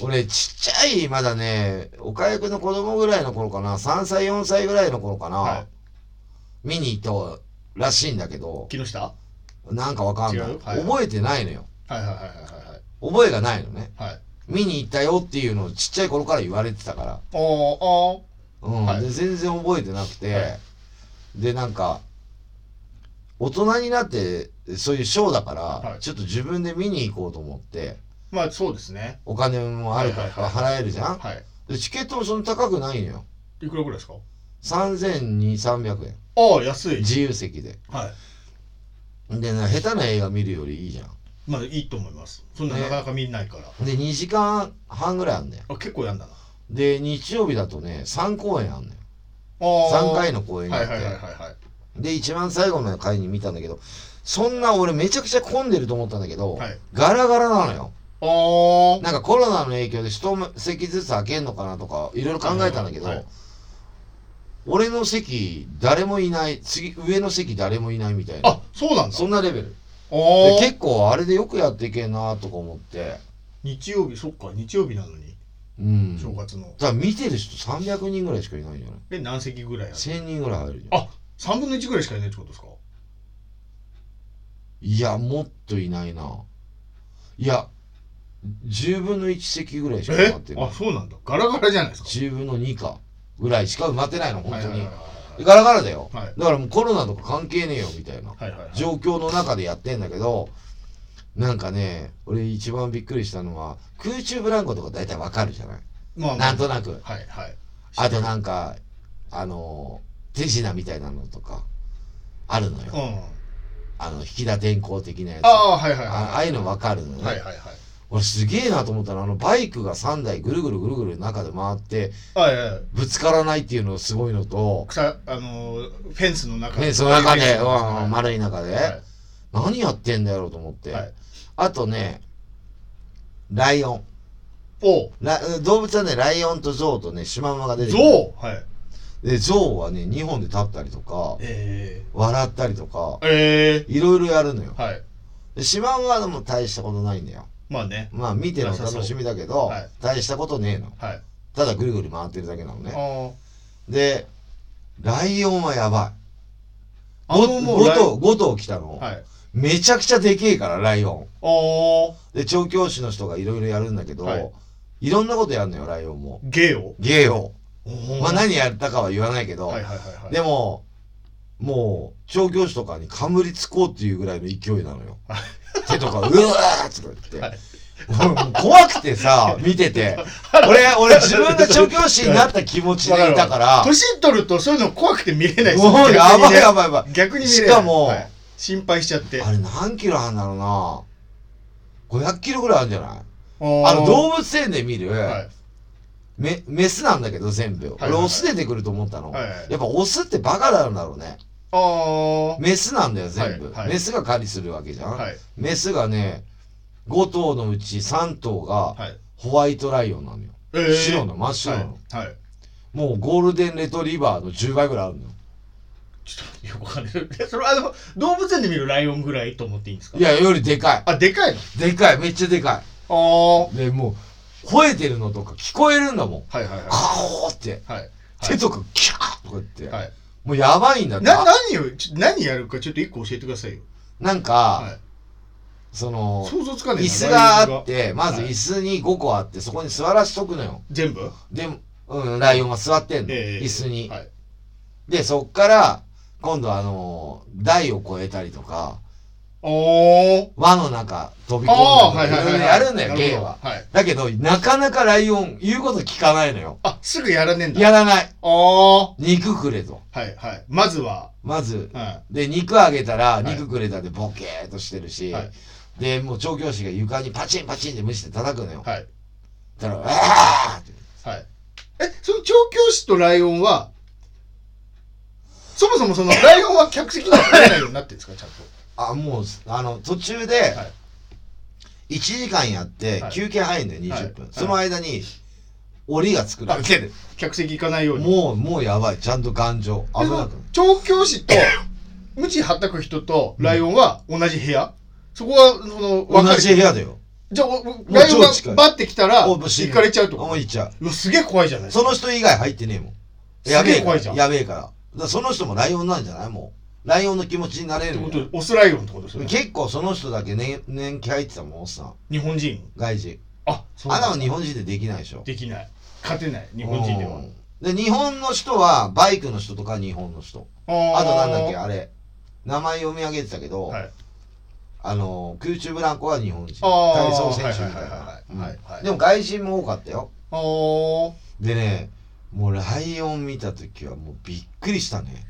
A: 俺ちっちゃい、まだね、岡役の子供ぐらいの頃かな、3歳、4歳ぐらいの頃かな、
B: は
A: 見に行ったらしいんだけど、
B: 木下はい
A: なんかわかんない
B: 違うはい
A: 覚えてないのよ。
B: はいはいはい
A: 覚えがないのね。
B: はい。はい。
A: 見に行ったよっていうのをちっちゃい頃から言われてたから。
B: おーお
A: うん
B: はい
A: で全然覚えてなくて、
B: はい
A: でなんか大人になってそういうショーだから、
B: はい
A: ちょっと自分で見に行こうと思って
B: ーまあそうですね。
A: お金もあるから
B: はいはいは
A: 払えるじゃん、
B: はい。
A: でチケットもそんな高くないのよ
B: いくらぐらいですか
A: 3200300円
B: ああ、安い。
A: 自由席で
B: は
A: でな下手な映画見るよりいいじゃん
B: い。まあいいと思います。そんな
A: ね
B: なかなか見ないから。
A: で2時間半ぐらいあんだよ
B: あ、結構やんだな。
A: で日曜日だとね3公演あんのよ
B: あ
A: 3回
B: の
A: の公演があ
B: は
A: っ
B: い
A: て、
B: はいはいはいはい。
A: で一番最後の回に見たんだけどそんな俺めちゃくちゃ混んでると思ったんだけど、
B: はい
A: ガラガラなのよ
B: あー
A: なんかコロナの影響で一席ずつ開けんのかなとかいろいろ考えたんだけど、
B: はい
A: 俺の席誰もいない次上の席誰もいないみたいな
B: あ、そうなんだ。
A: そんなレベル
B: あ
A: で
B: ー
A: 結構あれでよくやっていけんなとか思って
B: 日曜日、そっか、日曜日なのに、
A: うん
B: 正月の。
A: だから見てる人300人ぐらいしかいないんじゃない
B: で、何席ぐらいある
A: 1000人ぐらい入るじゃん
B: あ、3分の1ぐらいしかいないってことですか
A: いやもっといないないや10分の1席ぐらいしか埋まって
B: え
A: ない
B: あそうなんだガラガラじゃないですか
A: 10分の2かぐらいしか埋まってないの本当
B: はい
A: に
B: は
A: ガラガラだよ、
B: はい
A: だからもうコロナとか関係ねえよみたいない
B: はいはいはい
A: 状況の中でやってんだけどなんかね俺一番びっくりしたのは空中ブランコとか大体わかるじゃない
B: まあま
A: な
B: あ
A: んとなく
B: はいはい
A: あとなんかあの手品みたいなのとかあるの
B: うん
A: よあの引き田天功的なやつ
B: ああはいはい
A: ああ
B: は
A: あいうのわかるの
B: い
A: ね、
B: はいはいはい
A: 俺すげえなと思ったのあのバイクが3台ぐるぐるぐるぐる中で回って
B: はいはいはい
A: ぶつからないっていうのすごいのと
B: 草あのーフェンスの中
A: ね、その中
B: フェン
A: で、
B: ス
A: う
B: の中
A: ん、丸い中で、
B: は
A: 何やってんだろうと思っ
B: い
A: て、
B: はい
A: あとね、ライオン。
B: お
A: ラ動物はね、ライオンとゾウとね、シマウマが出て
B: ゾ
A: くる。
B: ウはい
A: で、ゾウはね、2本で立ったりとか、
B: え
A: 笑ったりとか
B: ー、え
A: いろいろやるのよ
B: ー、。はい
A: でシマウマはでも大したことないんだよ。
B: まあね
A: まあ、見てるの楽しみだけど、
B: はい
A: 大したことねえの。
B: はい
A: ただぐるぐる回ってるだけなの
B: あ
A: ね。
B: ー
A: で、ライオンはやばい。
B: あのもう
A: 5
B: ライ
A: 頭、5頭来たの、
B: はい
A: めちゃくちゃでけえから、ライオン。
B: おー
A: で、調教師の人がいろいろやるんだけど、
B: はいい、
A: ろんなことやるのよ、ライオンも。
B: ゲオ
A: 芸を。
B: おー
A: まあ何やったかは言わないけど、
B: はいはいはいはい
A: でも、もう、調教師とかに冠つこうっていうぐらいの勢いなのよ
B: は。
A: 手とか、うわーとか言
B: は
A: って。もう怖くてさ、見て て。俺、俺自分が調教師になった気持ちでいたから、
B: 年取るとそういうの怖くて見れないです
A: もうやばいや
B: ば
A: ばいやばい。
B: 逆に見れない
A: しかも
B: はい心配しちゃって
A: あれ何キロあるんだろうな。500キロぐらいあるんじゃないあ
B: あ
A: の動物園で見る、
B: はい
A: めメスなんだけど全部、
B: はいはい
A: 俺オス出てくると思ったの、
B: はいはい
A: やっぱオスってバカなんだろうね
B: ああ
A: メスなんだよ全部、
B: はいはい
A: メスが狩りするわけじゃん、
B: はい
A: メスがね5頭のうち3頭が
B: はい
A: ホワイトライオンなのよ、
B: えー
A: 白の真っ白の、
B: はいはい
A: もうゴールデンレトリバーの10倍ぐらいあるのよ
B: ちょっとよくわかんないえそれはあの動物園で見るライオンぐらいと思っていいんですか
A: いやよりでかい
B: あでかいの
A: でかいめっちゃでか
B: あ
A: いでもう吠えてるのとか聞こえるんだもん
B: あはいはいはい
A: カオーって
B: はい
A: 手とかキャーとか言って、
B: はい
A: もうやばいんだって
B: な
A: あ
B: 何をちょ何やるかちょっと一個教えてくださいよ
A: なんか、
B: は
A: その
B: い想像つかない
A: 椅子があっ
B: ライ
A: て、まず
B: はい
A: 椅子に5個あって、そこに座らしとくのよ。
B: オンが全部
A: で、うん、ライオンが座ってんの、
B: ええ
A: 椅子に。
B: はい
A: で、そっから、今度あのー台を越えたりとか、
B: おー
A: 輪の中飛び込ん
B: あー
A: だ
B: はい
A: りとか、い
B: はい
A: ろ
B: はい
A: い
B: は
A: ろ
B: い
A: やるんだよ、
B: な
A: 芸
B: ほど
A: は。
B: はい
A: だけど、なかなかライオン、言うこと聞かないのよ。
B: あすぐやらねえんだ
A: やらない。
B: ああは
A: 肉くれと。
B: いはいまずは
A: まず、
B: は
A: で、肉あげたら、
B: い
A: 肉くれたでボケーっとしてるし、
B: はい
A: で、もう調教師が床にパチンパチンって無視して叩くのよ
B: い。はい
A: だから、あーって。
B: はいえその調教師とライオンはそもそもその ライオンは客席には入れないようになってるんですかちゃんと
A: あもうあの途中で
B: はい
A: 1時間やって
B: はい
A: 休憩入るのよ20分、
B: はい
A: その間に檻が作られてる、
B: 客席行かないように
A: もうもうやばいちゃんと頑丈危なく
B: でその調教師 と無知はたく人とライオンは同じ部屋、そこはその分
A: 同
B: かれ
A: じ部屋だよ
B: じゃあおライオンが
A: 超近い
B: バッて来たら
A: おもう死
B: 行
A: ぬ
B: かれちゃうと
A: あも
B: か
A: う行っちゃう
B: うわすげえ怖いじゃないです
A: そ
B: か
A: の人以外入ってねえもん
B: すげえ
A: やべえか
B: 怖
A: ら
B: いじゃん
A: やべえからだからその人もライオンなんじゃないもうライオンの気持ちになれる
B: っ
A: の
B: てこ
A: よ
B: とオスライオンってことですよね
A: 結構その人だけ年年季入ってたもんおっさん
B: 日本人
A: 外人
B: あそ
A: あんな
B: は
A: の日本人でできないでしょ
B: できない勝てない日本人では
A: うんで日本の人はバイクの人とか日本の人
B: あ
A: あとなんだっけ、
B: あ
A: あれ。名前読み上げてたけど、
B: はい
A: あの、空中ブランコは日本人。
B: あー
A: 体操選手みたいないう
B: は。はいはいはいはい
A: んでも外人も多かったよ。
B: あー
A: でね、もうライオン見た時はもうびっくりしたね。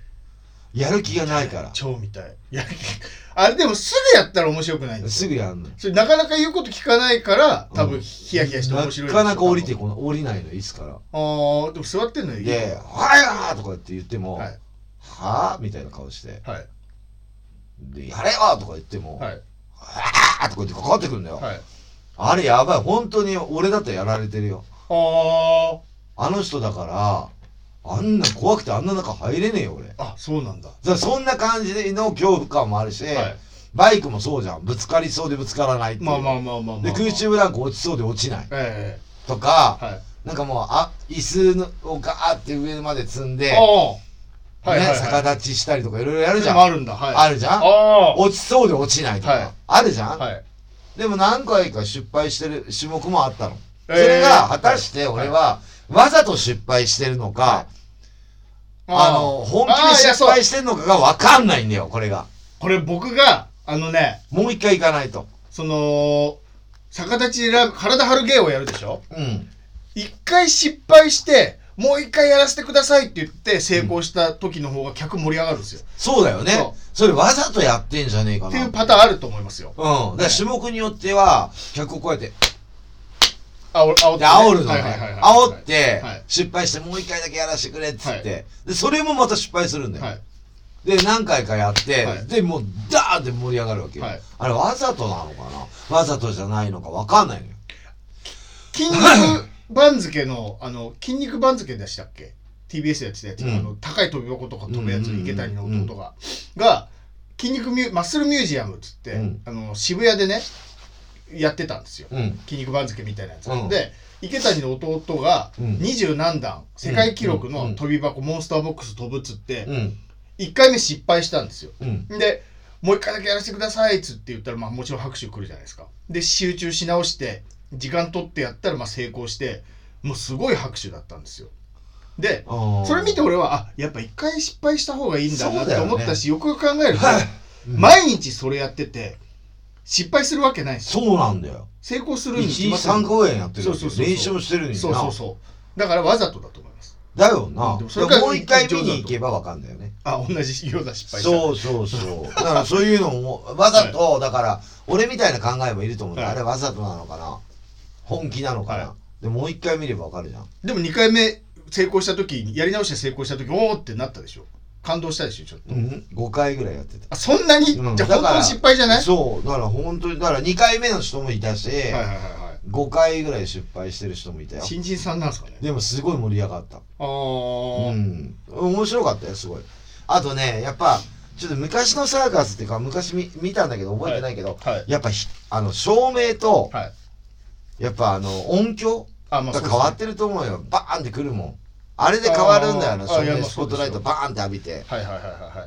A: やる気がないから。
B: 超みたいいや あれでもすぐやったら面白くないんです
A: す
B: よ
A: ぐやるのよ。
B: それなかなか言うこと聞かないから多
A: う
B: 分
A: ん
B: ヒヤヒヤして面白いんですよ
A: なかなか降りてこな降りないの、いつから。
B: あーでも座ってんのよいい
A: で、はやーとかって言っても、
B: は
A: はいぁみたいな顔して、
B: はい
A: で、やれよーとか言っても、は
B: はい
A: ぁとかってかかってくるんだよ。
B: はい
A: あれやばい、本当に俺だったらやられてるよ。
B: あ
A: あの人だから、あんな怖くてあんな中入れねえよ、俺。だか
B: ああそうなんだは
A: らそんな感じの恐怖感もあるし、バイクもそうじゃん。ぶつかりそうでぶつからないっていう。
B: まあまあまあまあまあ、ま
A: で、
B: あ、
A: 空中ブランコ落ちそうで落ちない。
B: え
A: と
B: え
A: か、
B: はい
A: なんかもう、あ、椅子のをガーって上まで積んで、
B: ああはいはい、はい、
A: ね、逆立ちしたりとかいろいろやるじゃん。
B: でもあるんだはい
A: あるじゃん
B: あ
A: 落ちそうで落ちないとか、
B: はい
A: あるじゃ
B: あ
A: ん、
B: はい
A: でも何回か失敗してる種目もあったの。そ
B: えー
A: れが果たして俺はわざと失敗してるのか、あの、本気で失
B: あーいやそう
A: 敗してんのかがわかんないんだよ、これが。
B: これ僕があのね
A: もう一回行かないと。
B: その逆立ちでラ体張る芸をやるでしょ
A: うん。
B: 一回失敗してもう一回やらせてくださいって言って成功した時の方が客盛り上がるんですよ、
A: そうだよね
B: そう。
A: それわざとやってんじゃねえかな。
B: っていうパターンあると思いますよ
A: うん。だから種目によっては、客をこうやって、
B: あお煽って、
A: で、煽るの
B: はい
A: ね
B: はいはい。はい
A: 煽って
B: はい、
A: 失敗してもう一回だけやらせてくれっつっ
B: は
A: て。で、それもまた失敗するんだ
B: は
A: よ。
B: い
A: で、何回かやって
B: はい、
A: で、もう、ダーって盛り上がるわけよ
B: はい。
A: あれ、わざとなのかなわざとじゃないのかわかんないのよ。
B: 筋肉番付の、あの、筋肉番付でしたっけ ?TBS でやってたやつ、
A: うん
B: あの、高い飛び箱とか飛ぶや
A: うんうん
B: つ、
A: うんうん
B: 池谷の弟が、が、筋肉ミューマッスルミュージアムっつって、
A: うん
B: あの、渋谷でね、やってたんですよ。
A: うん。
B: 筋肉番付みたいなやつ。
A: うん
B: で、池谷の弟が、
A: うん
B: 二十何段、世界記録
A: うんうんう
B: の
A: ん
B: 飛び箱、モンスターボックス飛ぶっつって
A: う、ん。
B: 一回目失敗したんですよ。
A: うん。
B: でもう一回だけやらせてくださいっつって言ったら、まあ、もちろん拍手来るじゃないですかで集中し直して時間取ってやったらまあ成功してもうすごい拍手だったんですよで
A: あー
B: それ見て俺はあやっぱ一回失敗した方がいいんだな
A: そ
B: っ
A: うだ
B: て
A: よね
B: 思ったしよ,、くよく考えると、
A: はいうん
B: 毎日それやってて失敗するわけないし
A: そうなんだよ
B: 成功するに
A: 1
B: 決
A: 日
B: まってる
A: 3公演やってる
B: そうそうそう
A: 練習もしてるのにな
B: そうそうそうだからわざとだと思います
A: だよな
B: でもそれから
A: もう一回見に行けばわかんだよね
B: あ同じような失敗した
A: そうそうそうだからそういうのもわざと、だから俺みたいな考えもいると思うんだ、
B: はい
A: あれわざとなのかな本気なのかな、
B: は
A: でもう一回見ればわかるじゃん
B: でも2回目成功した時やり直して成功した時おーってなったでしょ感動したでしょちょっと、
A: うん5回ぐらいやってた
B: あそんなに、
A: うん
B: じゃあ
A: だ
B: 本
A: から
B: 当に失敗じゃない
A: そうだから本当にだから2回目の人もいたし、
B: はいはいはいは
A: 5回ぐらい失敗してる人もいたよ
B: い新人さんなんですかね
A: でもすごい盛り上がった
B: ああ、
A: うん面白かったよすごいあとねやっぱちょっと昔のサーカスっていうか昔見見たんだけど覚えてないけど、
B: はい
A: やっぱひあの照明と、
B: はい
A: やっぱあの音響
B: あま
A: が
B: あそ
A: 変
B: うですね
A: わってると思うよバーンってくるもんあれで変わるんだよな
B: あー
A: 照
B: あいやま
A: 明
B: あ
A: スポットライ
B: そ
A: ト
B: うで
A: バーンって浴びて
B: はいはいはいはいは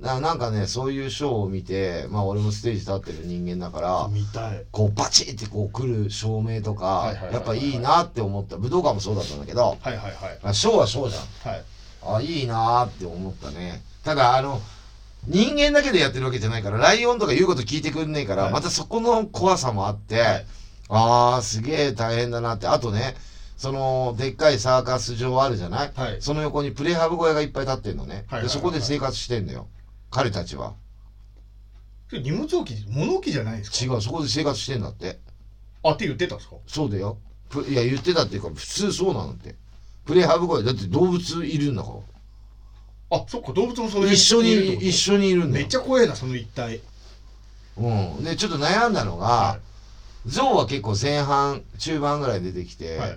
A: うんななんかねそういうショーを見てまあ俺もステージ立ってる人間だから
B: 見たい
A: こうバチってこう来る照明とか、
B: はいはいはいはい
A: やっぱいいなって思った武道館もそうだったんだけど
B: はいはいはい
A: あショーはショーじゃん
B: はい
A: あいいなーって思ったねただあの人間だけでやってるわけじゃないからライオンとか言うこと聞いてくんねえから、
B: はい
A: またそこの怖さもあって、
B: はい
A: あーすげえ大変だなってあとねそのでっかいサーカス場あるじゃない、
B: はい
A: その横にプレハブ小屋がいっぱい立ってんのね、
B: はいはいはい
A: でそこで生活してんのよ彼たちは
B: それ荷物置き物置きじゃないんですか
A: 違うそこで生活してんだって
B: あって言ってたんですか
A: そうだよプいや言ってたっていうか普通そうなんだってプレハブ小屋だって動物いるんだか
B: あそっか動物もそ
A: ら
B: の
A: 一緒
B: いるって
A: に
B: こと
A: 一緒にいるんだ
B: めっ
A: よ
B: ちゃ怖えなその一体
A: うん、でちょっと悩んだのが、
B: は
A: ゾウは結構前半中盤ぐらい出てきて、
B: はいあ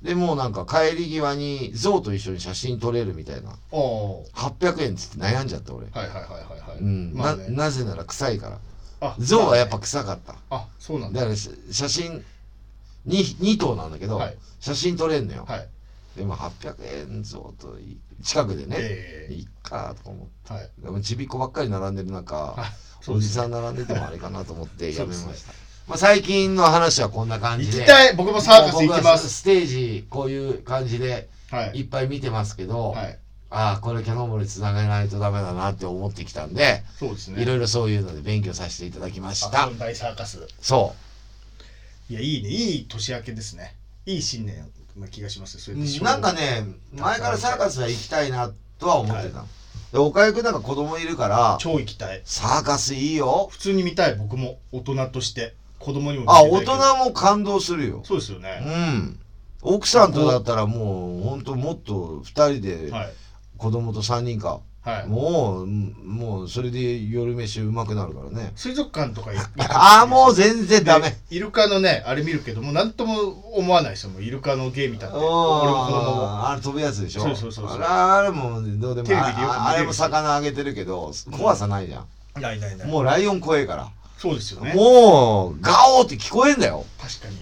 A: でもうなんか帰り際にゾウと一緒に写真撮れるみたいな
B: あー
A: 800円っつって悩んじゃった俺、
B: はいはいはいはいはい
A: うん
B: まあ
A: な
B: ね
A: なぜなら臭いから
B: あ
A: ゾウはやっぱ臭かった
B: あそうなんだ
A: だからし写真 2, 2頭なんだけど、
B: はい
A: 写真撮れんのよ、
B: はい
A: でも800円ゾウとい近くでね、
B: え
A: いっかとか思って
B: えはい
A: でもちびっこばっかり並んでる中、
B: あそう
A: お
B: で
A: じ
B: すね
A: さん並んでてもあれかなと思 ってやめまし
B: そう
A: た、
B: です
A: まあ、最近の話はこんな感
B: 行
A: じで
B: きたい僕もサーカス行き
A: 僕は
B: ます
A: ステージこういう感じで
B: はい
A: いっぱい見てますけど、
B: はい
A: ああこれキャノンボールにつなげないとダメだなって思ってきたんで、
B: そうですね
A: いろいろそういうので勉強させていただきまし
B: あ
A: た
B: 四大サーカス
A: そ、
B: いやいいねいい年明けですねいい新年な気がしますよそうれでしょ
A: なんかね前からサーカスは行きたいなとは思ってた、で岡井君なんか子供いるから
B: 超行きたい
A: サーカスいいよ
B: 普通に見たい僕も大人として子供にも見
A: あ
B: せた
A: 大
B: いけど
A: 人も感動するよ
B: そうですよ
A: う
B: ね、
A: ん奥さんとだったらもうほんともっと2人で
B: はい
A: 子供と3人か、
B: はい
A: もうもうそれで夜飯うまくなるからね
B: 水族館とか行く
A: ああもう全然ダメ
B: でイルカのねあれ見るけどもう何とも思わないですよもうイルカの芸みたいな
A: うん
B: 俺も子供も
A: あれ飛ぶやつでしょ
B: そうそうそうそ
A: あ
B: う
A: れあれもどうでも
B: テレビでよく見れる
A: ああれも魚あげてるけど怖さないじゃん、
B: ないないない
A: もうライオン怖えから、
B: そうですよね
A: もうガオーって聞こえんだよ
B: 確かに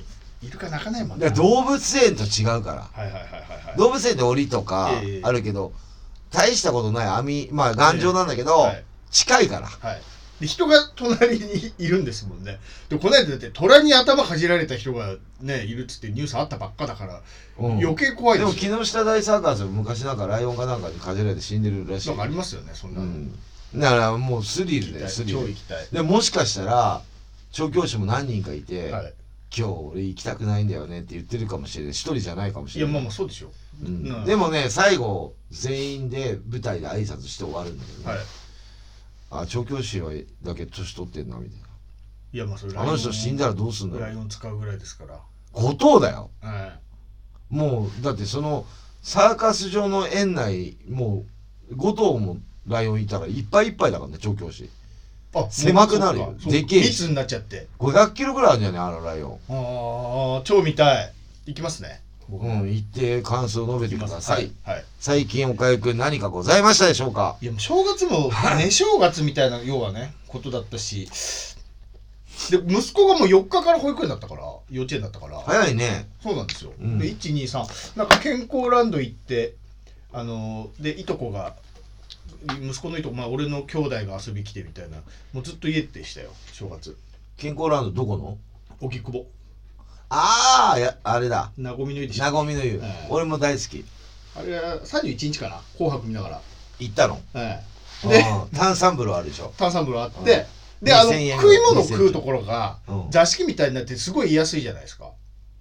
B: イルカ泣かないもん
A: だから動物園と違うから
B: はいはいはいはいはい
A: 動物園で檻とか
B: ええ
A: あるけど、大したことない網まあ頑丈なんだけど、
B: はい
A: 近いから
B: はい。で、人が隣にいるんですもんね。で、この間だって、虎に頭かじられた人がね、いるっつってニュースあったばっかだから、
A: うん
B: 余計怖い
A: で
B: で
A: も
B: すよ。
A: 木下大サーカスも昔なんかライオンかなんかにかじられて死んでるらしい
B: なんかありますよね、そん
A: う
B: なの。
A: んだからもうスリ
B: 行
A: ルだ
B: きた
A: よ
B: い
A: スリ
B: 超
A: ル
B: 行きたい。
A: でもしかしたら調教師も何人かいて、
B: はい、
A: 今日俺行きたくないんだよねって言ってるかもしれない一人じゃないかもし
B: い
A: れな
B: や
A: い
B: まあまあそうでしょ、
A: う、
B: うんん
A: でもね最後全員で舞台で挨拶して終わるんだけど、ね
B: はい
A: あ調教師はだけ年取ってんなみたい
B: いやまあそれ
A: なあの人死んだらどうすんだ
B: ラ
A: ろ
B: イ
A: う
B: オン使うぐらいですから、
A: 後藤だよ
B: はい
A: もうだってそのサーカス場の園内もう5頭もライオンいたらいっぱいいっぱいだからね調教師
B: あ
A: 狭くなるよ
B: そうかそう
A: でけえし
B: 密になっちゃって
A: 500キロぐらいあるんじゃないあのライオン
B: ああ超見たい行きますね
A: うん行って感想を述べてください、
B: はい、はい、
A: 最近おかゆくん何かございましたでしょうか
B: いやもう正月もね正月みたいな要はねことだったしで息子がもう4日から保育園だったから幼稚園だったから、
A: 早いね
B: そうなんですよ、
A: うん
B: で123なんか健康ランド行ってあのーでいとこが息子のいとこ、まあ、俺の兄弟が遊び来てみたいなもうずっと家でしたよ正月
A: 健康ランドどこの
B: 荻窪
A: ああやあれだ
B: なごみの家でした
A: なごみの湯、
B: ええ
A: 俺も大好き
B: あれは31日かな紅白見ながら、
A: 行ったの。
B: ええで
A: で、炭酸風呂あるでしょ。
B: 炭酸風呂あって、
A: うん
B: であの
A: 2000円
B: 食い物を食うところが
A: うん
B: 座敷みたいになってすごい居やすいじゃないですか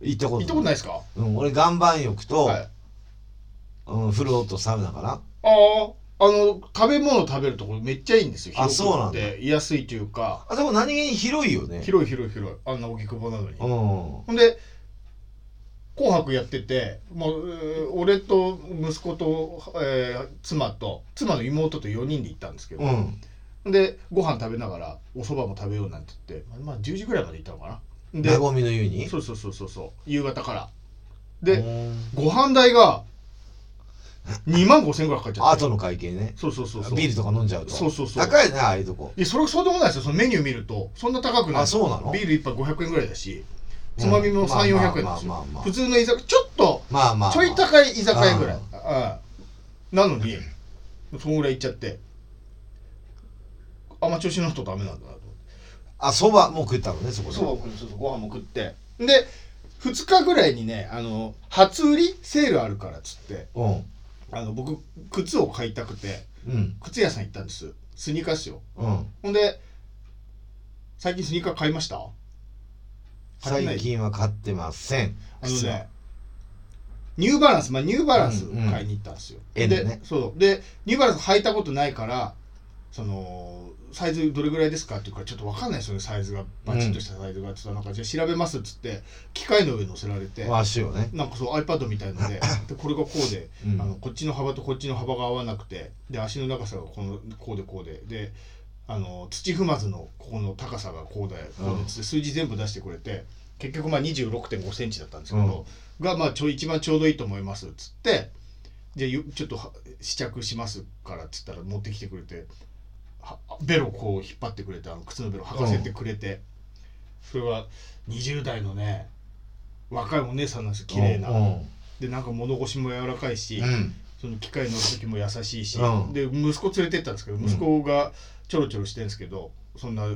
A: 行ったこと
B: 行ったことないですか
A: うん、俺岩盤浴と、
B: はい
A: うん、フローとサウナかな。
B: あああの食べ物食べるところめっちゃいいんですよ
A: あ
B: 広くって
A: そう
B: 居やすいというか
A: あそこ何気に広いよね。
B: 広い広い広いあんな荻窪なのに
A: うん。
B: ほんで「紅白」やってて、まあえー俺と息子と、えー妻と妻の妹と4人で行ったんですけど、
A: うん。
B: でご飯食べながらお蕎麦も食べようなんて言って、まあ、10時ぐらいまで行ったのかなで
A: で、ゴミの湯に。
B: そうそうそうそうそう夕方から
A: う
B: で
A: ん、
B: ご飯代が2万5千円ぐらいかかっちゃって
A: 後の会計ね。
B: そうそうそうそう
A: ビールとか飲んじゃうと。
B: そうそうそう
A: 高いね、ああいうとこ。
B: いやそれそうでもないですよそのメニュー見るとそんな高くない
A: あ、そうなの
B: ビール1杯500円ぐらいだし
A: うん
B: つまみも3400円ですよ、
A: まあまあまあまあ
B: 普通の居酒屋ちょっと
A: まあまあ、まあ。
B: ちょい高い居酒屋ぐら
A: う
B: い
A: ん。
B: うんなのに、そんぐらい行っちゃって、あんま調子乗るとダメなんだなと。
A: あ、そばも食ったのね、そこで。
B: そうそうそう、ご飯も食って。で、2日ぐらいにね、あの、初売りセールあるからっつって、
A: うん。
B: あの、僕、靴を買いたくて、
A: うん。
B: 靴屋さん行ったんです。スニーカーっすよ。
A: うん。
B: ほんで、最近スニーカー買いました買ってない
A: 最近は買ってません。
B: あの
A: 靴は
B: ね、ニューバランス、まあ、ニューバランス買いに行ったんですよ。
A: うんうん
B: で、
A: N ね
B: そう。で、ニューバランス履いたことないから、その、サイズどれぐらいですかっていうから、ちょっとわかんないですよね、サイズが、バチッとしたサイズが。つったらなんか、じゃあ調べますっつって、機械の上に乗せられて、
A: まあ足をね。
B: なんかそう iPad みたいの ででこれがこうで、
A: うん
B: あのこっちの幅とこっちの幅が合わなくてで足の長さがこのこうでこうでであの土踏まずのここの高さがこうでこうでつって、数字全部出してくれて結局まあ2 6 5センチだったんですけど、がまあちょ一番ちょうどいいと思いますっつってじゃあゆちょっとは試着しますからっつったら持ってきてくれてはベロこう引っ張ってくれてあの靴のベロ履かせてくれて、それは20代のね若いお姉さんなんですよ綺麗な。
A: うん。
B: でなんか物腰も柔らかいし、
A: うん。
B: その機械乗る時も優しいし、
A: うん
B: で息子連れてったんですけど
A: ん
B: 息子がちょろちょろしてるんですけどそんな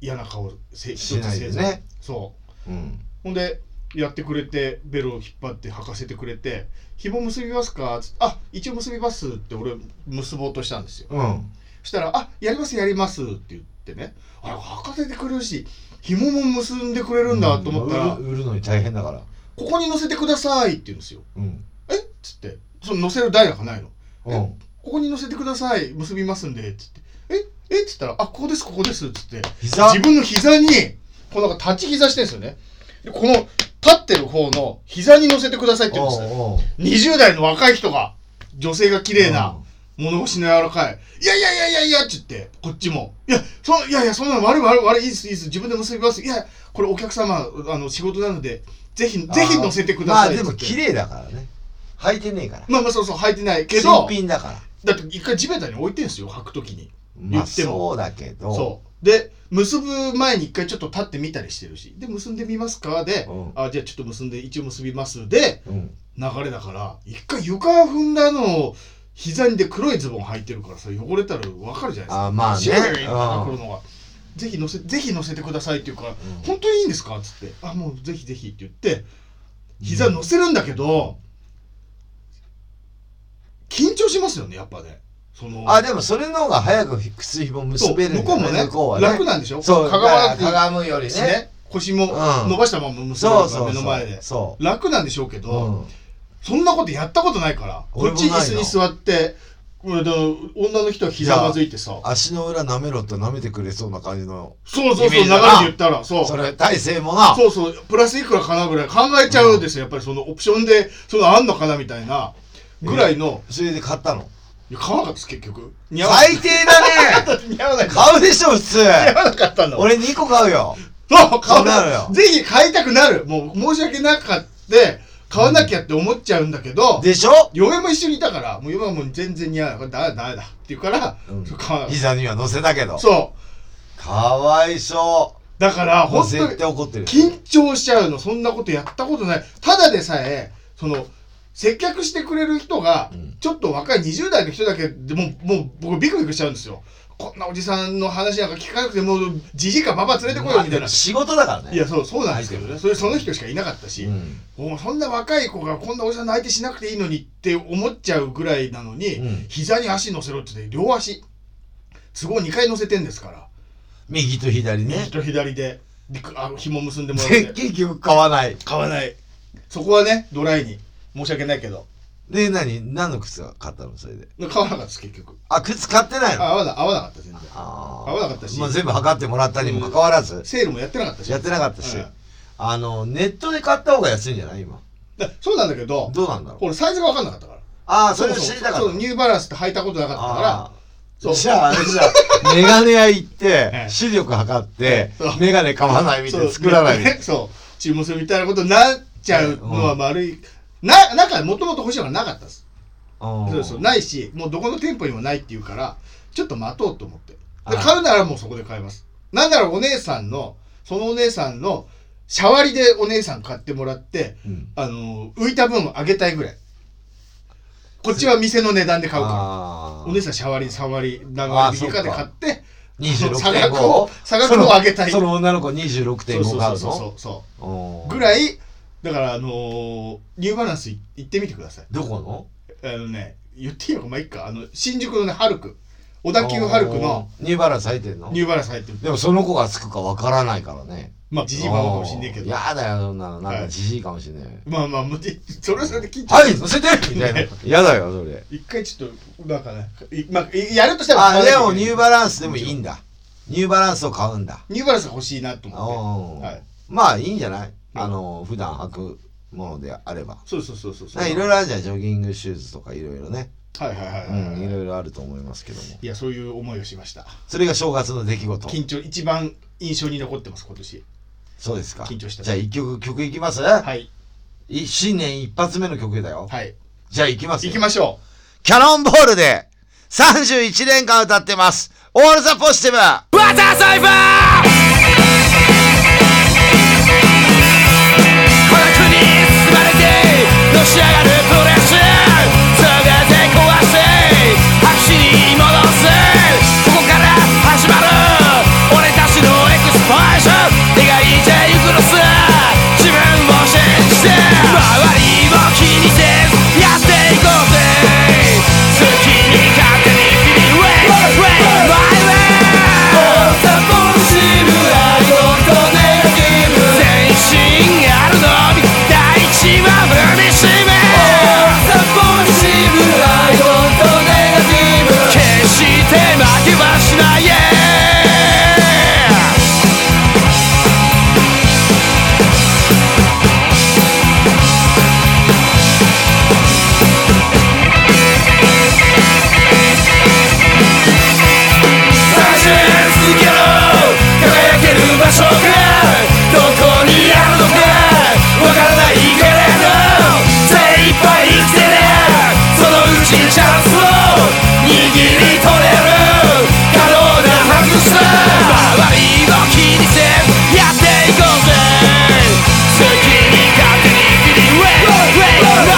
B: 嫌な顔せ
A: しないで
B: 一つせず
A: ね
B: そう
A: うん。
B: ほんでやってくれてベロを引っ張って履かせてくれて「紐結びますか?」つってあ一応結びます」って俺結ぼうとしたんですよ
A: うん。
B: そしたら「あやりますやります」って言ってねあ履かせてくれるし紐も結んでくれるんだと思ったら「
A: うん売る売るのに大変だから。
B: ここに乗せてください」って言うんですよ
A: うん。
B: えっつってその乗せる台がないの
A: うん。
B: ここに乗せてください結びますんで」っつって「ええっ?」つったら「あここですここです」っつって
A: 膝
B: 自分の膝にこうなんか立ち膝してるんですよねでこの立ってる方の膝に乗せてくださいって言うんですよ
A: おうおう
B: 20代の若い人が女性が綺麗な、物腰の柔らかい「いやいやいやいやいや」っつってこっちも「いやそいやいやそんなの悪い悪い悪いいいっすいいっす自分で結びますいやこれお客様あの仕事なのでぜひ
A: うん
B: ぜひ乗せてください」
A: まあでも綺
B: 麗
A: 麗だからね履いてねえから
B: まあまあそうそう履いてないけど
A: 新品だから
B: だって一回地べたに置いてんすよ履くときに
A: まあ
B: 言っても
A: そうだけど
B: そうで結ぶ前に一回ちょっと立ってみたりしてるしで結んでみますかで、
A: うん
B: あじゃあちょっと結んで一応結びますで
A: うん
B: 流れだから一回床踏んだのを膝にで黒いズボン履いてるからさ汚れたらわかるじゃないですか
A: あまあね
B: 白
A: う
B: いね
A: ん
B: 黒のがぜひ乗せぜひ乗せてくださいって言うから、
A: ん
B: 本当にいいんですかっつってあもうぜひぜひって言って膝乗せるんだけど、緊張しますよねやっぱねその
A: あでもそれの方が早く靴ひも結
B: そう
A: べるんだ
B: 向こうもね
A: 向こうはね
B: 楽なんでしょ
A: そうか
B: かがわ
A: が
B: なく
A: かがむより
B: です
A: ね
B: ね腰も
A: うん
B: 伸ばしたまま結ぶ
A: そう
B: の
A: そうそ
B: が
A: う
B: 目の前で
A: そ
B: 楽なんでしょうけ
A: う
B: ど、
A: うん
B: そんなことやったことないからこ
A: 俺
B: っ
A: も
B: ち
A: ない
B: 椅
A: な
B: 子に座って俺だ女の人は膝まずいてさ
A: 足の裏舐めろって舐めてくれそうな感じの
B: そうそうそう
A: イメ
B: 流
A: ー
B: れで
A: ジだな
B: 言ったらそう
A: それ体勢もな
B: そうそうプラスいくらかなぐらい考えちゃうんですよ、やっぱりそのオプションでそのあんのかなみたいなぐらいの、
A: それで買ったの
B: いや買わなかったです結局似合わな
A: 最低だね
B: 似合わなかっ
A: 買うでしょ普通
B: た似合わなかったんだもん
A: 俺2個買うよ
B: そう、買
A: そううな
B: な
A: のよ
B: ぜひ買いたくなる。もう申し訳なかって、買わなきゃって思っちゃうんだけど、
A: でしょ
B: 嫁も一緒にいたから、もう嫁はもう全然似合わない。だ、だ、だって言うから、
A: うん
B: 買わなかっ
A: 膝には乗せたけ
B: た
A: ど
B: そう。
A: かわいそ
B: だから、
A: うもう
B: 本当に
A: 絶対怒ってる
B: 緊張しちゃうの。そんなことやったことない。ただでさえ、その、接客してくれる人が
A: うん、
B: ちょっと若い20代の人だけでもう、もう僕ビクビクしちゃうんですよ。こんなおじさんの話なんか聞かなくてもうじじかばば連れてこいよみたいな、
A: 仕事だからね
B: いやそうそうなんですけどねそれその人しかいなかったし
A: う、ん
B: もうそんな若い子がこんなおじさんの相手しなくていいのにって思っちゃうぐらいなのに、
A: うん
B: 膝に足乗せろって言って両足都合2回乗せてんですから
A: 右と左ね
B: 右と左ででくあの紐結んでもらっ
A: で
B: て
A: 結局買わない
B: 買わないそこはねドライに申し訳ないけど
A: で何何の靴が買ったのそれで
B: 買わなかったです結局
A: あ靴買ってないの
B: あ合わな合わなかった全然
A: あー
B: 合わなかったし
A: まあ、全部測ってもらったにもかかわらず、
B: セールもやってなかったし
A: やってなかったし、
B: うん
A: あのネットで買った方が安いんじゃない今
B: だそうなんだけど
A: どうなんだろう
B: 俺サイズが分かんなかったから
A: ああそれを知りたかった
B: そうニューバランスって履いたことなかったから
A: あ
B: そう
A: ーじゃああれじゃ あメガネ屋行って
B: ええ
A: 視力測って
B: そう
A: メガネ買わないみたい
B: そ
A: な
B: う
A: 作らないみたい
B: ね そう注文するみたいなことになっちゃうのは悪い、ななんかもともと欲しいのがなかったです
A: な
B: そうそうないしもうどこの店舗にもないっていうからちょっと待とうと思ってで
A: あ
B: 買うならもうそこで買いますなんならお姉さんのそのお姉さんのシャワリでお姉さん買ってもらって
A: うん
B: あの浮いた分あげたいぐらいこっちは店の値段で買うか
A: あ
B: ら
A: ー
B: お姉さんシャワリ3割何
A: あ
B: 割
A: そ
B: 引
A: う
B: き
A: か
B: かで買って
A: 26.5
B: 差額を差額を上げたい
A: そのその女の子
B: そうそ
A: 26.5
B: う
A: 買
B: そうう
A: の
B: そうそう
A: おー
B: ぐらいだからあのーニューバランスい行ってみてください
A: どこの
B: あのね言っていいのかまあいっかあの新宿のねハルク小田急ハルクの
A: おーニューバランス入ってんの
B: ニューバランス入ってる
A: でもその子がつくかわからないからね
B: まあジジイママかもしんねえけど
A: やだよそんなのなん
B: は
A: か
B: い
A: じじいかもしんない
B: まあまあもうじそれはそれで緊張
A: はい乗せてみたいなやだよそれ
B: 一回ちょっとなんかねいまあいやるとしたら
A: あでもニューバ
B: ラン
A: ランスでもいいんだニューバランスを買うんだ
B: ニューバランスが欲しいなと思っ
A: お
B: て
A: ー
B: はい
A: まあいいんじゃないあの普段履くものであれば
B: そうそうそうそう
A: なんかいろいろあるじゃんジョギングシューズとかいろいろね
B: はいはいはいは
A: う
B: いはい
A: んいろいろあると思いますけども
B: いやそういう思いをしました
A: それが正月の出来事
B: 緊張一番印象に残ってます今年
A: そうですか
B: 緊張した
A: じゃあ一曲曲いきます
B: はい
A: い新年一発目の曲だよ
B: はい
A: じゃあいきます
B: 行
A: よ
B: きましょ
A: キャノンボールで31年間歌ってます。オールザポジティブ
C: ワターサイファー孤独に包まれてのし上がるプレッシャー全て壊して白紙に戻せここから始まる俺たちのエクスポーション描いてゆくのさ自分を信じて周りを気にせずやっていこうぜ好きに勝手に君 Way, way, my way 「サポンシブ愛ごとネガティブ」「全身あるのみ大地は踏みしめ」「サポンシブ愛ごとネガティブ」「決して負けはしない」探し続けろ輝ける場所がどこにあるのかわからないけれど精一杯生きてねそのうちチャンスを握り取れる可能なはずさ周りを気にせずやっていこうぜ好きに勝手に切り Way, way, my way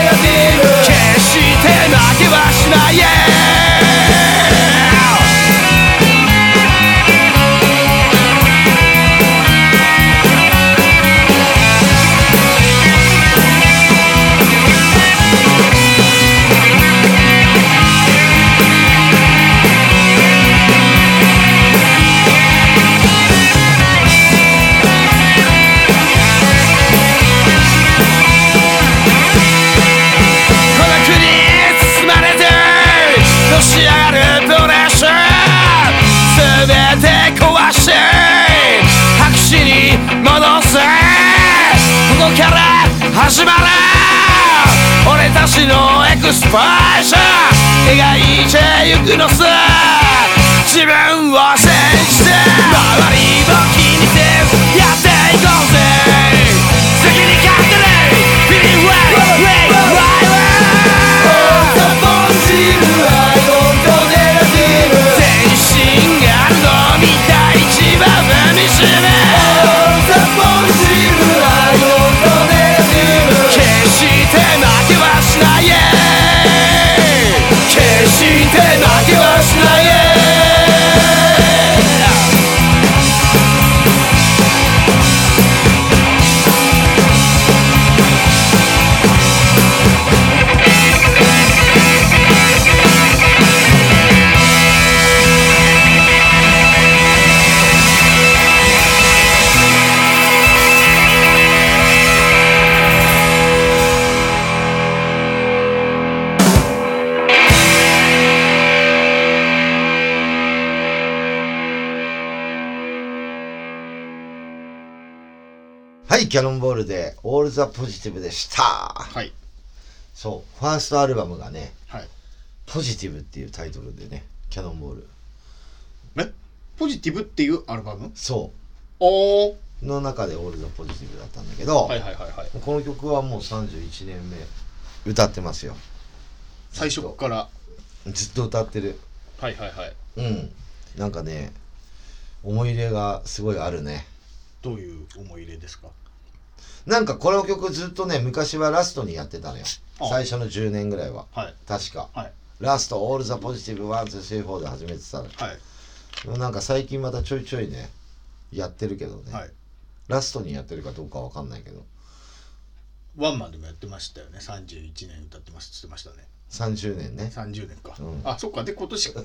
C: 決して負けはしない、yeah! 孤独に包まれてのし上がるプレッシャー全て壊して白紙に戻せここから始まる俺たちのエクスパイシャー描いてゆくのさ自分を信じて周りを気にせずやっていこうぜ責任勝手にフィリーウェイウェイワイワイ全身があるのみたい一番踏み
A: はい、キャノンボールで、オールザポジティブでした。
B: はい。
A: そう、ファーストアルバムがね、
B: はい。
A: ポジティブっていうタイトルでね、キャノンボール。
B: えポジティブっていうアルバム
A: そ
B: おー。
A: う、の中でオールザポジティブだったんだけど、
B: はいはいはいはい。
A: この曲はもう31年目、歌ってますよ。
B: 最初っから。
A: ずっと歌ってる。
B: はいはいはい。
A: うん。なんかね、思い入れがすごいあるね。
B: どういう思い入れですか
A: なんかこの曲ずっとね、昔はラストにやってたのよ
B: あ。
A: 最初の10年ぐらいは。
B: はい。
A: 確か。
B: はい。
A: ラスト、オールザポジティブ、ワン、ツー、スリー、フォーで始めてたの。
B: はい。
A: でもなんか最近またちょいちょいね、やってるけどね。
B: はい。
A: ラストにやってるかどうかわかんないけど。
B: ワンマンでもやってましたよね。31年歌ってますって言ってましたね。
A: 30年 ね。
B: 30年か。
A: うん
B: あ、そっか。で、今 年
A: 31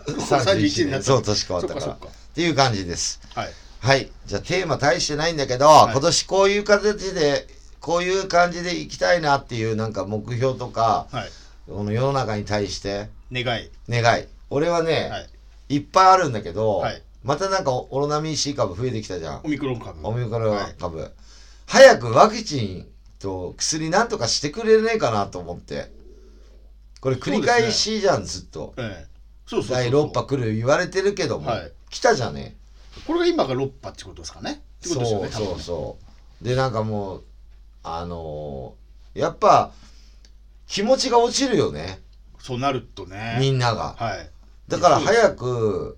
B: 31
A: 年
B: 年だった。
A: そう、年変わったか
B: そ
A: ら。
B: っ
A: っ
B: かそって
A: いう感じです。
B: か。はい。
A: はい。じゃあテーマ大してないんだけど、
B: い
A: 今年こういう形で、こういう感じでいきたいなっていうなんか目標とか、
B: はい。
A: この世の中に対して
B: 願い。
A: 願い。俺はね、
B: はい。
A: いっぱいあるんだけど、
B: はい
A: またなんかオロナミン C 株増えてきたじゃん
B: オ。ミクロン株。
A: オミクロ
B: はい
A: ン株、早くワクチンと薬なんとかしてくれねえかなと思って。これ繰り返しじゃん、ずっと。
B: ええ。そうそうそうそう
A: 第6波来る言われてるけども、
B: はい
A: 来たじゃね
B: これが今が6波ってことですかね。ってことですよ
A: そう。
B: ね
A: そう
B: 多分ね
A: そう。で、なんかもう、あのーやっぱ、気持ちが落ちるよね、
B: そうなると
A: み
B: ね。
A: んなが。
B: はい。
A: だから早く、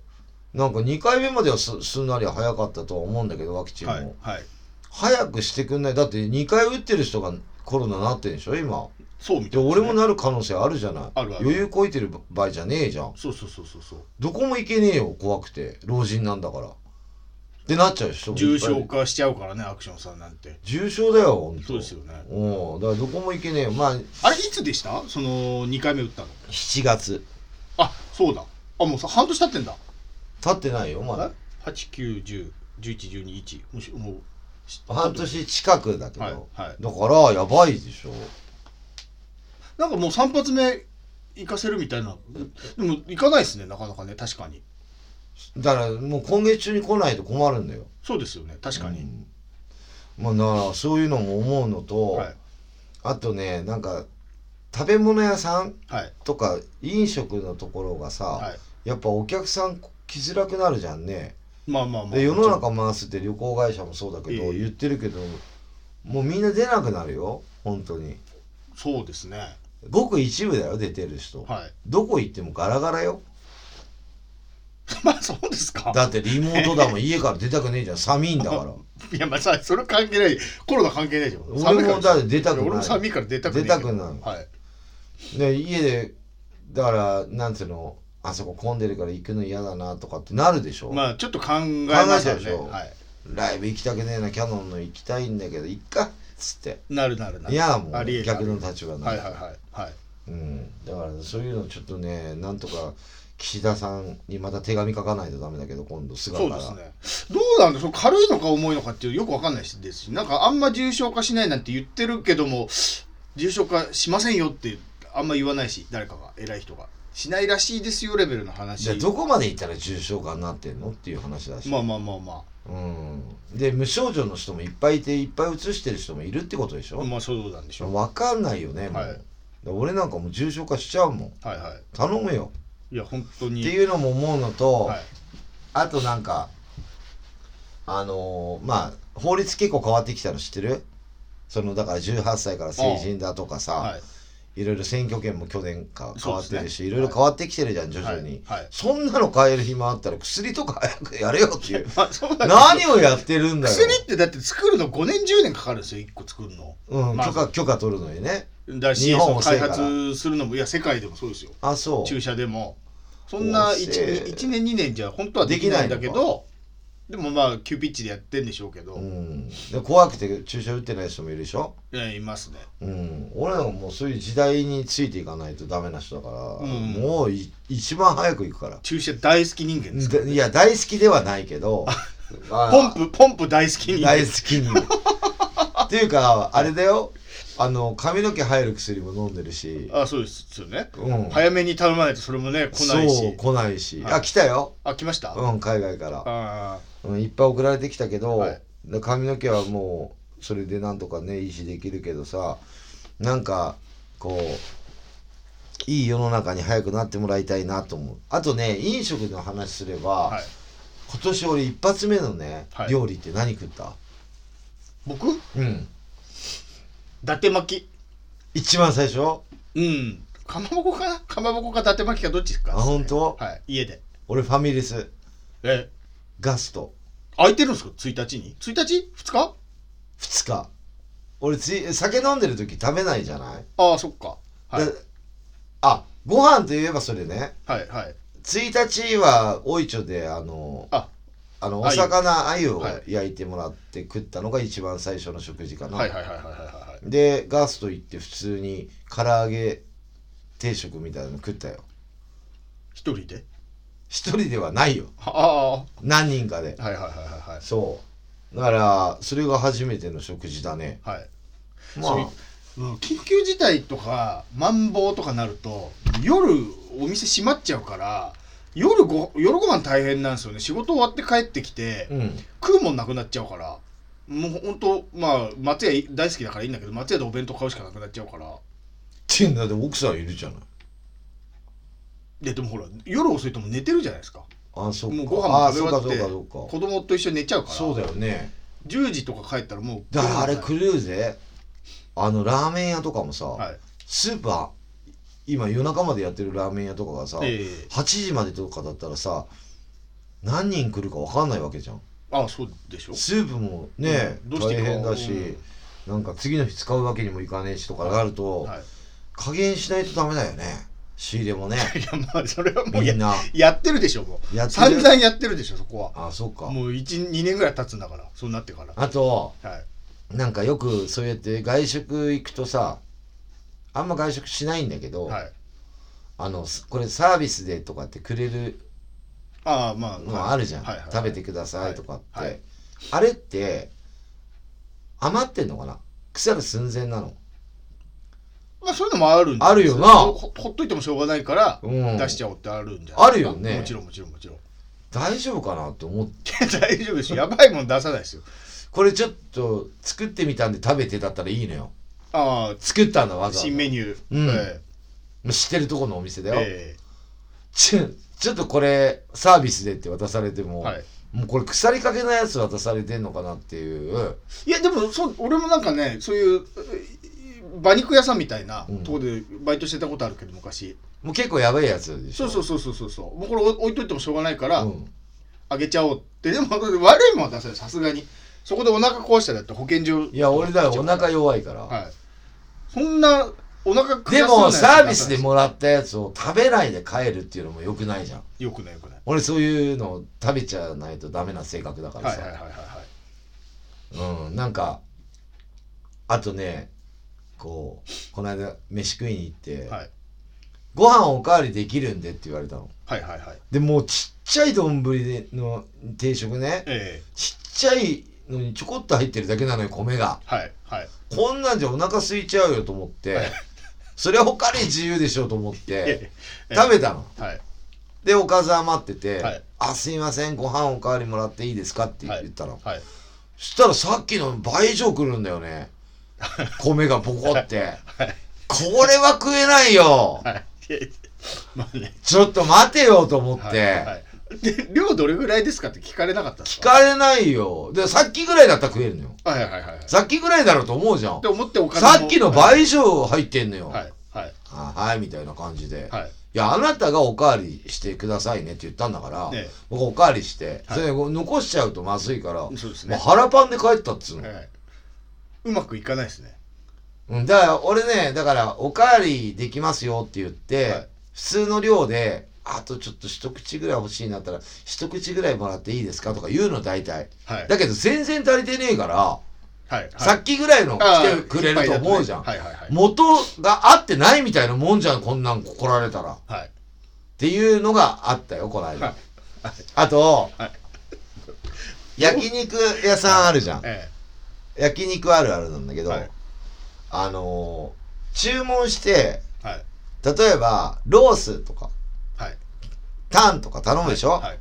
A: なんか2回目まではすすんなり早かったとは思うんだけど、ワクチンも。
B: はい。はい。
A: 早くしてくんないだって2回打ってる人がコロナなってるんでしょ今
B: そうみ
A: で
B: たいです
A: 俺
B: ね
A: もなる可能性あるじゃない
B: あるある
A: 余裕こいてる場合じゃねえじゃん
B: そうそうそうそうそう
A: どこも行けねえよ怖くて老人なんだからってなっちゃう人もいっぱい
B: 重
A: い
B: 症
A: る
B: 化しちゃうからねアクションさんなんて
A: 重症だよほんと
B: そうですよね
A: うんだからどこも行けねえよまあ
B: あれいつでしたその2回目打ったの
A: 7月
B: あそうだあもうさ半年経ってんだ
A: 経ってないよまだ
B: 89101112もしもうし
A: 半年近くだけど、
B: はいはい
A: だからやばいでしょ
B: なんかもう3発目行かせるみたいなでも行かないですねなかなかね確かに
A: だからもう今月中に来ないと困るんだよ
B: そうですよね確かに、
A: うんまあだからそういうのも思うのと、
B: はい
A: あとねなんか食べ物屋さん
B: はい
A: とか飲食のところがさ、
B: はい
A: やっぱお客さん来づらくなるじゃんね
B: まあまあまあ
A: で世の中回すって旅行会社もそうだけど、
B: ええ
A: 言ってるけどもうみんな出なくなるよ本当に
B: そうですね
A: ごく一部だよ出てる人、
B: はい
A: どこ行ってもガラガラよ
B: まあそうですか
A: だってリモートだもん家から出たく ねえじゃん寒いんだから
B: いやまあさそれ関係ないコロナ関係ないじゃん
A: 俺も
B: 寒いから
A: だって出たくない
B: 俺も寒いから出たくない
A: 出たくない
B: はい
A: で家でだからなんていうのあそこ混んでるから行くの嫌だなとかってなるでしょ、
B: まあちょっと考えました
A: 考えた
B: よ
A: でし
B: ね。
A: ょ
B: はい。
A: ライブ行きたくねえなキャノンの行きたいんだけど行っかっつって
B: なるなるなる。
A: 嫌だもん
B: ありえる
A: 逆の立場なん
B: はい
A: で
B: はいはいはい。
A: うん、だからそういうのちょっとねなんとか岸田さんにまた手紙書かないとダメだけど今度菅か
B: そう
A: ら
B: ですね。どうなんだその軽いのか重いのかっていうよくわかんないですし、なんかあんま重症化しないなんて言ってるけども、重症化しませんよってあんま言わないし、誰かが偉い人がしないらしいですよレベルの話。
A: じゃあどこまで行ったら重症化になってんのっていう話だし、
B: まあまあまあま
A: うん、で無症状の人もいっぱいいていっぱい移してる人もいるってことでし
B: あ。
A: ょ、
B: まあそうなんでしょう。
A: わかんないよねもう、
B: はい
A: だから俺なんかもう重症化しちゃうもん
B: はいは
A: 頼むよ
B: い。いや本当に。
A: っていうのも思うのと、
B: はい。
A: あとなんかあのーまあ法律結構変わってきたの知ってるそのだから18歳から成人だとかさ、
B: はい。
A: いろいろ選挙権も去年か変わって
B: そう
A: る
B: で
A: し、
B: すね
A: いろいろ変わってきてるじゃん、徐々に、
B: はいはい
A: そんなの変える暇あったら薬とか早くやれよって いう
B: まあそうなんですよ
A: 何をやってるんだよ、
B: 薬ってだって作るの5年10年かかるんですよ1個作るの。
A: うん
B: まあ
A: 許可許可取るのにね
B: だし
A: 日本遅
B: その
A: い
B: 開
A: から
B: 発するのもいや世界でもそうですよ
A: あそう
B: 注射でもそんな
A: 遅え
B: 1, 年2年じゃ本当はできないんだ
A: で
B: け
A: きない
B: どでもまあ急ピッチでやってんでしょうけど、
A: うん、で怖くて注射打ってない人もいるでしょ
B: えいますね
A: うん、俺らももうそういう時代についていかないとダメな人だから、
B: ん
A: もうい一番早く行くから
B: 注射大好き人間ですから
A: でいや大好きではないけどまあ
B: ポンプポンプ大好き人間
A: 大好きにっていうかあれだよあの髪の毛生える薬も飲んでるし
B: あそうですよね、
A: うん
B: 早めに頼まないとそれもね来ない
A: そう
B: し
A: 来ないし、
B: はい
A: あ来たよ、
B: あ来ました、あ
A: うん、海外から、
B: あ
A: うん、いっぱい送られてきたけど、
B: はい
A: で髪の毛はもうそれでなんとかね維持できるけどさなんかこういい世の中に早くなってもらいたいなと思うあとね飲食の話すれば、
B: はい
A: 今年俺一発目のね、
B: はい
A: 料理って何食った
B: 僕伊
A: うん
B: 達巻き
A: 一番最初
B: うんかまぼこかなかまぼこか伊達巻きかどっち
A: あ
B: か
A: 本当、
B: はい家で
A: 俺ファミレス
B: え
A: ガスト
B: 空いてるんですか1日に1日 ?2 日
A: 2日俺つい酒飲んでる時食べないじゃない、
B: ああそっかはい
A: だあご飯といえばそれね
B: はいはい
A: 1日は大いちょであの
B: あ
A: あのお
B: 鮎
A: 魚鮎を
B: はい
A: 焼いてもらって食ったのが一番最初の食事かな、
B: はいはいはいはいはいはい
A: でガスト行って普通に唐揚げ定食みたいなの食ったよ
B: 一人で
A: 一人ではないよ
B: ああはい
A: 何人かで
B: はいはいはいはい
A: そうだからそれが初めての食事だね
B: はい、
A: ま
B: そういううん、緊急事態とかマンボウとかなると夜お店閉まっちゃうから夜ご夜ご飯大変なんですよね仕事終わって帰ってきて、
A: あうん
B: 食うもんなくなっちゃうからもうほんとまあ松屋大好きだからいいんだけど松屋でお弁当買うしかなくなっちゃうから
A: ってんだって奥さんいるじゃない
B: ででもほら夜遅いともう寝てるじゃないですか
A: あそうか
B: もうご飯も
A: あ
B: 食
A: そう
B: べ終わ
A: か
B: っ
A: そう
B: て
A: かそうか
B: 子供と一緒に寝ちゃうから
A: そうだよね
B: 10時とか帰ったらもう
A: だからあれクルーゼあのラーメン屋とかもさ、
B: はい
A: スーパー今夜中までやってるラーメン屋とかがさ、
B: ええ
A: 8時までとかだったらさ何人来るか分かんないわけじゃん
B: ああそうでしょ
A: スープもね、
B: うんどうしてい
A: 大
B: いか
A: 変だし、なんか次の日使うわけにもいかねえしとかなると、
B: はい
A: 加減しないとダメだよね仕入れもね
B: いやまあそれはもう
A: み
B: や
A: んな
B: やってるでしょも
A: や
B: う
A: ってる
B: 散々やってるでしょそこ
A: あそうか
B: はもう12年ぐらい経つんだからそうなってから
A: あと
B: はい
A: なんかよくそうやって外食行くとさあんま外食しないんだけど、
B: はい
A: あのすこれサービスでとかってくれる
B: ああまあ、
A: のあるじゃん、
B: はいはいはい
A: 食べてくださいとかって、
B: はいはい
A: あれって余ってんのかな腐る寸前なの
B: まあそういうのもあるんじゃい
A: あるよな
B: ほほっといてもしょうがないから
A: うん
B: 出しちゃおうってあるんじゃない
A: あるよね
B: もちろんもちろんもちろんい
A: 大丈夫かなって思って
B: や大丈夫ですよやばいもん出さないですよ
A: これちょっと作ってみたんで食べてだったらいいのよ
B: あ
A: 作ったんだわ
B: あ
A: ざわざ
B: 新メニュー、
A: うん
B: え
A: 知ってるとこのお店だ
B: え
A: よ、
B: え
A: ちょちょっとこれサービスでって渡されても、
B: えはい
A: もうこれ腐りかけのやつ渡されてんのかなっていう
B: いやでもそう俺もなんかねそういうえー馬肉屋さんみたいな
A: うん
B: とこでバイトしてたことあるけど昔、
A: もう結構やばいやつでし
B: そ
A: ょ
B: うそうそうそうそうそうもうこれ置いといてもしょうがないから、
A: うん
B: あげちゃおうってでも悪いもんは出せないさすがにそこでお腹壊したらだって保健所
A: いや俺だよお腹弱いから、
B: はいそんなお腹壊
A: でもサービスでもらったやつを食べないで帰るっていうのも良くないじゃん
B: よくないよくない
A: 俺そういうのを食べちゃわないとダメな性格だから
B: はい
A: さ、
B: はいはいはいはい
A: うんなんかあとねこうこの間飯食いに行って、
B: はい
A: ご飯おかわりできるんでって言われたの
B: はいはいはい
A: でもうちっちゃい丼での定食ね
B: ええ
A: ちっちゃいのにちょこっと入ってるだけなのよ米が
B: はいはい
A: こんなんじゃお腹空いちゃうよと思ってそれはおかわり自由でしょうと思って
B: ええ
A: 食べたの
B: はい
A: でおかず余ってて
B: はい
A: 「あすいませんご飯おかわりもらっていいですか?」って言ったの
B: はい
A: そしたらさっきの倍以上くるんだよね米がボコって
B: はい
A: これは食えないよ
B: はいいやまあね
A: ちょっと待てよと思っ
B: はい
A: て
B: はいで量どれぐらいですかって聞かれなかったんです
A: 聞
B: か
A: かれないよでさっきぐらいだったら食えるのよ
B: はいはいはいはいっ
A: さっきぐらいだろうと思うじゃん
B: て思ってお金も
A: さっきの倍以上入ってんのよ、
B: はいはい
A: あはいみたいな感じで、い、
B: はい
A: やあなたがおかわりしてくださいねって言ったんだから、
B: ええ
A: 僕おかわりして、
B: はい
A: それ残しちゃうとまずいから、
B: そうです
A: も
B: ね
A: う腹パンで帰ったっつうの、
B: はい、うまくいかないですね
A: うんだから俺ねだからおかわりできますよって言って、
B: はい
A: 普通の量であとちょっと一口ぐらい欲しいなったら一口ぐらいもらっていいですかとか言うの大体
B: はい
A: だけど全然足りてねえから、
B: はいはい
A: さっきぐらいの
B: あー
A: 来てくれると思うじゃん、
B: いっぱいだとねはいはいはい
A: 元が合ってないみたいなもんじゃんこんなん来られたらっ
B: はい
A: ていうのがあったよこの間、
B: はい
A: あと、
B: はい
A: 焼肉屋さんあるじゃん、
B: え
A: 焼肉あるあるなんだけど、
B: はい
A: あのー注文して
B: えはい
A: 例えばロースとか
B: はい
A: タンとか頼むでしょ、
B: はい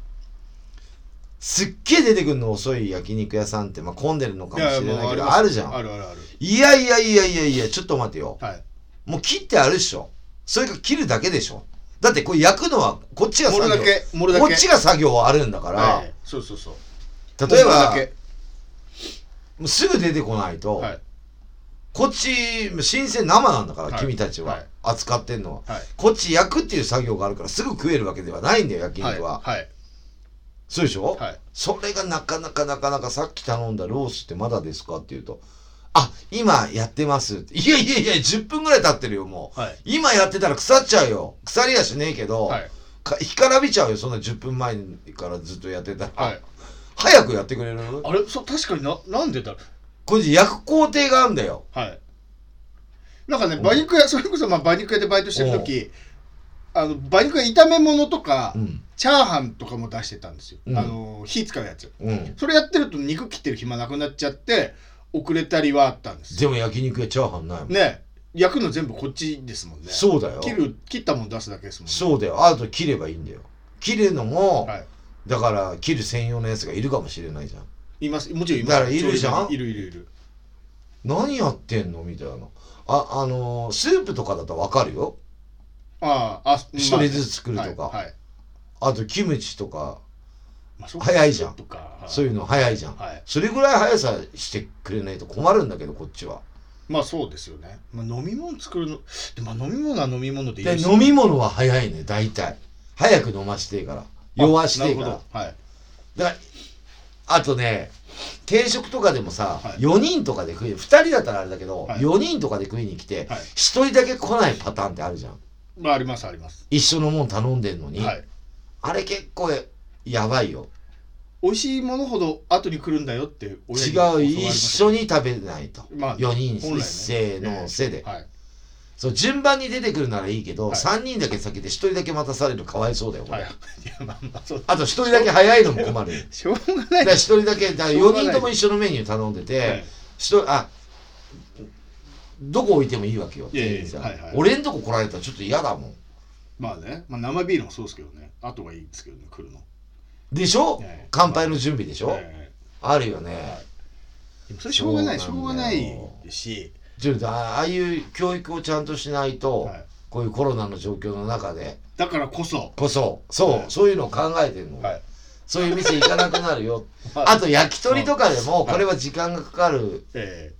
A: すっげえ出てくるの遅い焼肉屋さんって、まあ、混んでるのかもしれないけど
B: ま
A: あるじゃ
B: あ
A: ん
B: るあるある。
A: いやいやいやいやいやちょっと待てよ
B: はい。
A: もう切ってあるっしょそれか切るだけでしょだってこれ焼くのはこっちが作
B: 盛
A: 業
B: るだけ、盛るだけ。
A: こっちが作業あるんだから、
B: はい。そうそうそう。
A: 例えば
B: 盛る
A: もうすぐ出てこないと、
B: だけはい。
A: こっち新鮮生なんだから、
B: はい
A: 君たちは、
B: はい
A: 扱ってんのは
B: はい。
A: こっち焼くっていう作業があるからすぐ食えるわけではないんだよ焼
B: はい。
A: 肉は、
B: はい。
A: そうでしょ、
B: はい。
A: それがなかなかなかなかさっき頼んだロースってまだですかって言うとあ今やってますっていやいやいや10分ぐらい経ってるよもう、
B: はい
A: 今やってたら腐っちゃうよ腐りやしねえけど、
B: はい。
A: か干からびちゃうよそんな10分前からずっとやってたら、
B: はい。
A: 早くやってくれる
B: あれ、そう、確かにな、なんでだろう
A: これ焼く工程があるんだよ
B: はい。なんかね、
A: うん
B: 馬肉屋、それこそまあ馬肉屋でバイトしてる時あの馬肉屋炒め物とか、
A: うん
B: チャーハンとかも出してたんですよ。
A: うん
B: あの、火使うやつ。
A: うん
B: それやってると肉切ってる暇なくなっちゃって、遅れたりはあったんですよ。
A: でも焼肉やチャーハンないもん、
B: ね焼くの全部こっちですもんね。
A: そうだよ
B: 切る、切ったもん出すだけですもんね。
A: そうだよあと切ればいいんだよ切るのも、
B: はい。
A: だから切る専用のやつがいるかもしれないじゃん
B: います、もちろんいます。
A: だからいるじゃん
B: いるいるいる。
A: 何やってんのみたいなああのースープとかだとわかるよ
B: ああ、あ、
A: 一
B: まあ
A: 人ずつ作るとか、
B: はい。はい
A: あとキムチとか
B: まあそう
A: 早いじゃん
B: そうかはい
A: そういうの早いじゃん、
B: はい
A: それぐらい速さしてくれないと困るんだけどこっちは
B: まあそうですよね。まあ、飲み物作るの、でもまあ飲み物は飲み物でいい
A: で
B: です
A: 飲み物は早いね大体早く飲ましてえから弱してえか
B: な
A: ら
B: るほどはい。
A: だからあとね定食とかでもさ、
B: はい
A: 4人とかで食い2人だったらあれだけど、
B: はい
A: 4人とかで食いに来て、
B: はい
A: 一1人だけ来ないパターンってあるじゃん
B: まあありますあります。
A: 一緒のもん頼んでんのに、
B: はい。
A: あれ結構やばいよ
B: 美味しいものほど後に来るんだよって親に
A: 違
B: 教わ
A: う
B: りま
A: 一
B: した
A: 緒に食べないと、
B: まあ
A: 4人
B: 本来ね
A: 一斉のせいで、
B: はい。
A: そう順番に出てくるならいいけど、
B: はい
A: 3人だけ先で1人だけ待たされるかわいそうだよ、こ
B: は
A: れ
B: い。いやまあまあそう。
A: あと1人だけ早いのも困るよ
B: しょうがな
A: だから1
B: いです。
A: 人だけだから
B: しょうが
A: 4
B: ない
A: 人とも一緒のメニュー頼んでて、
B: はい
A: 一人あどこ置いてもいいわけよ
B: いやいや
A: 店員さん
B: はいはい
A: 俺んとこ来られたらちょっと嫌だもん
B: まあね、まあ生ビールもそうですけどね。後がいいですけどね、来るの。
A: でしょ、
B: ええ
A: 乾杯の準備でしょ、
B: はいはいはい
A: あるよね、
B: でもそれしょうがない、し
A: そ
B: ょ
A: う
B: う
A: な
B: が
A: ん
B: な
A: だよ
B: いし、
A: ちょっとあああいう教育をちゃんとしないと、
B: はい
A: こういうコロナの状況の中で
B: だからこそ、
A: こそそう、
B: はい
A: そういうのを考えてるの、
B: はい
A: そういう店行かなくなるよ
B: はい
A: あと焼き鳥とかでも
B: はい
A: これは時間がかかる
B: え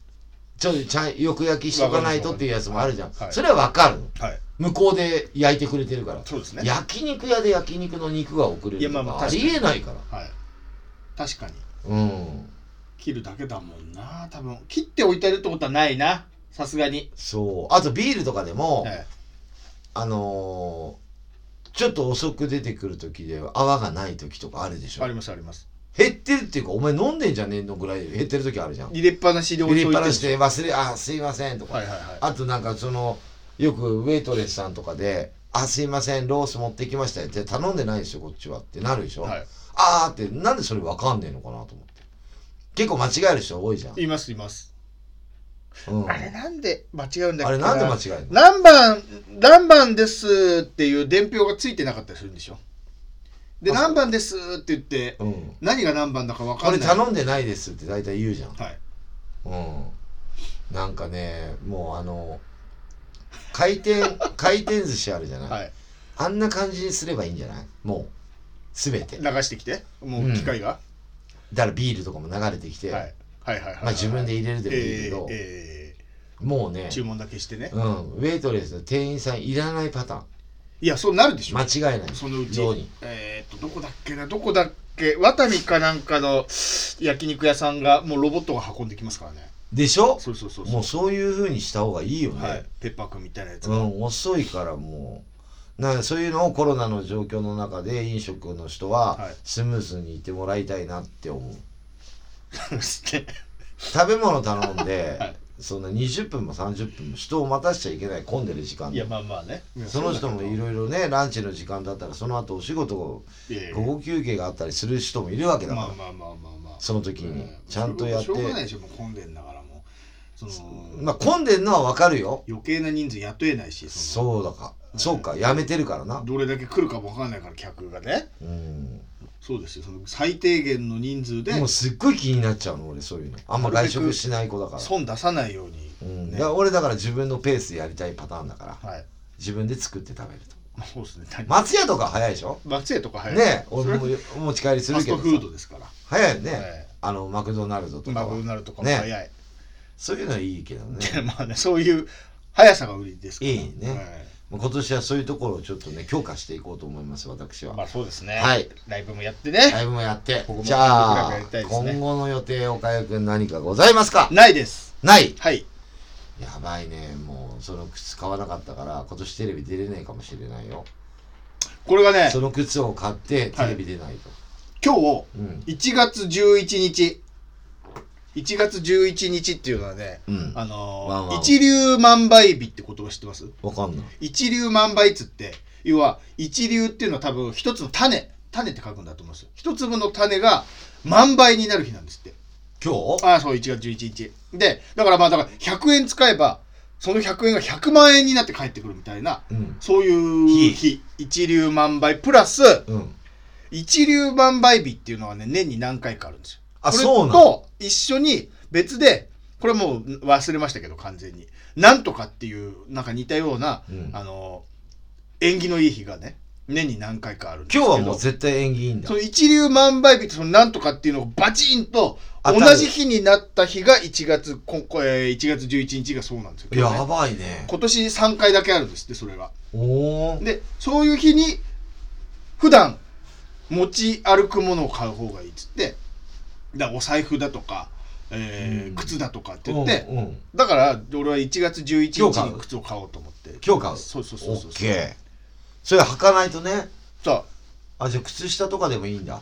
A: ちょっとちゃんよく焼きしとかないとっていうやつもあるじゃん、
B: はい
A: それはわかるの
B: えはい。
A: 向こうで焼いてくれてるから、
B: そうですね。
A: 焼肉屋で焼肉の肉が送れる
B: いや
A: と
B: まあまあ
A: かありえないから
B: はい。確かに。
A: うん
B: 切るだけだもんな多分切っておいてるってことはないなさすがに、
A: そうあとビールとかでも、
B: え
A: あのーちょっと遅く出てくる時で泡がない時とかあるでし
B: え、あ
A: ょ
B: りますあります
A: 減ってるっていうかお前飲んでんじゃねえのぐらい減ってる時あるじゃん
B: 入れっぱなしで
A: 入れっぱ
B: は
A: ないしで忘れ「あすいません」とか、
B: はいは
A: あとなんかそのよくウェイトレスさんとかで「あすいませんロース持ってきましたよ」って頼んでないでしょこっちはってなるでし
B: い
A: ょ、
B: はい
A: あーってなんでそれ分かんねえのかなと思って結構間違える人多いじゃん、
B: いますいます、
A: うん、
B: あれなんで間違うんだっけ
A: あれなんで間違えるの
B: 何番何番ですっていう伝票がついてなかったりするんでしょで
A: あそう
B: 何番ですって言って
A: うん、
B: 何が何番だか分か
A: こ
B: んな
A: れ
B: い
A: 頼んでないですって大体言うじゃん、
B: はい
A: うん、なんかねもうあの回転 回転寿司あるじゃない、
B: はい
A: あんな感じにすればいいんじゃないもう全て
B: 流
A: だか
B: してきてもう機械が、
A: らビールとかも流れてきて、
B: はい、はいはいはいはい
A: まあ自分で入れるでもいいけ
B: えー
A: ど、
B: え
A: もう
B: ー
A: ね、
B: 注文だけしてね、
A: うん、ウェイトレスの店員さんいらないパターン
B: いやそうなるでしょ
A: 間違いない
B: そのうち
A: ように、
B: えーっと、どこだっけな、どこだっけ、ワタミかなんかの焼肉屋さんが、もうロボットが運んできますからね。
A: でしょ
B: そうそうそうそう。
A: もうそういう風にした方がいいよね、
B: はい、ペッパーくんみたいなやつ
A: う
B: が。
A: ん、遅いからもうなそういうのをコロナの状況の中で飲食の人
B: は
A: はいスムーズにいてもらいたいなって思う、
B: して
A: 食べ物頼んで、
B: はい
A: そんな20分も30分も人を待たしちゃいけない混んでる時間
B: いや、まあまあね。
A: その人もいろいろねランチの時間だったらその後お仕事を
B: いやいや
A: 午後休憩があったりする人もいるわけだから、
B: まあまあまあまあまあ。
A: その時に
B: うん
A: ちゃんとやって
B: しょうがないでしょ、もう混んでんだからもう。その、
A: まあ混んでんのはわかるよ
B: 余計な人数雇えないし、の
A: そうだかそうかやめてるからな
B: どれだけ来るかもわかんないから客がね
A: うん
B: そうですよその最低限の人数で
A: もうすっごい気になっちゃうの俺そういうのあんま外食しない子だから
B: 損出さないように、
A: うん、
B: ね
A: だから俺だから自分のペースでやりたいパターンだから
B: はい
A: 自分で作って食べると
B: そうですね
A: 松屋とか早いでしょ
B: 松江とか早い
A: ねえ
B: それ
A: 俺
B: フ
A: もお持ち帰りする
B: ァス
A: けど
B: ト
A: さ
B: フードですから
A: 早いよね、
B: はい
A: あのマクドナルドとか
B: マ
A: は
B: クドナルドとかも早い、
A: そういうのはいいけどね
B: まあねそういう速さが売りですから
A: いいねもう今年はそういうところをちょっとね強化していこうと思います私は、
B: はいまあそうですね、
A: はい
B: ライブもやってね、
A: ライブもやって
B: 僕も
A: じゃ
B: 僕らが
A: あ、
B: やりたいですね
A: 今後の予定岡谷君何かございますか
B: ないです
A: ない
B: はい
A: やばいねもうその靴買わなかったから今年テレビ出れないかもしれないよ
B: これがね
A: その靴を買ってテレビ出ないと、
B: 今日
A: うん
B: 1月11日1月11日っていうのはね、
A: うん
B: あ
A: ワン
B: の
A: ワン
B: ー一粒万倍日って言葉知ってます
A: わかんない
B: 一粒万倍っつって要は一粒っていうのは多分一つの種種って書くんだと思うんですよ一粒の種が万倍になる日なんですって
A: 今日
B: ああそう1月11日でだからまあだから100円使えばその100円が100万円になって返ってくるみたいな
A: うん
B: そういう日一粒万倍プラス
A: うん
B: 一粒万倍日っていうのはね年に何回かあるんですよ
A: あ
B: これ
A: そうなの
B: と一緒に別でこれもう忘れましたけど完全になんとかっていうなんか似たような、
A: うん
B: あの縁起のいい日がね年に何回かあるんですけ
A: 今
B: ど
A: 日はもう絶対縁起いいんだ
B: その一粒万倍日ってそのなんとかっていうのをバチンと
A: 当
B: 同
A: たる
B: じ日になった日が1月ここ、えー、1月11日がそうなんですよ、今日
A: や
B: ね
A: ばいね
B: 今年3回だけあるんですってそれが
A: おお
B: でそういう日に普段持ち歩くものを買う方がいいっつってだからお財布だとか、えー
A: うん
B: 靴だとかって言って、
A: うんうん
B: だから俺は1月11
A: 今日
B: 日
A: 買
B: に
A: う
B: 靴を買おうと思って
A: 今日買う
B: そうそうそう
A: オ
B: そう
A: ッケーそれ履かないとね
B: そう
A: あじゃあ靴下とかでもいいんだ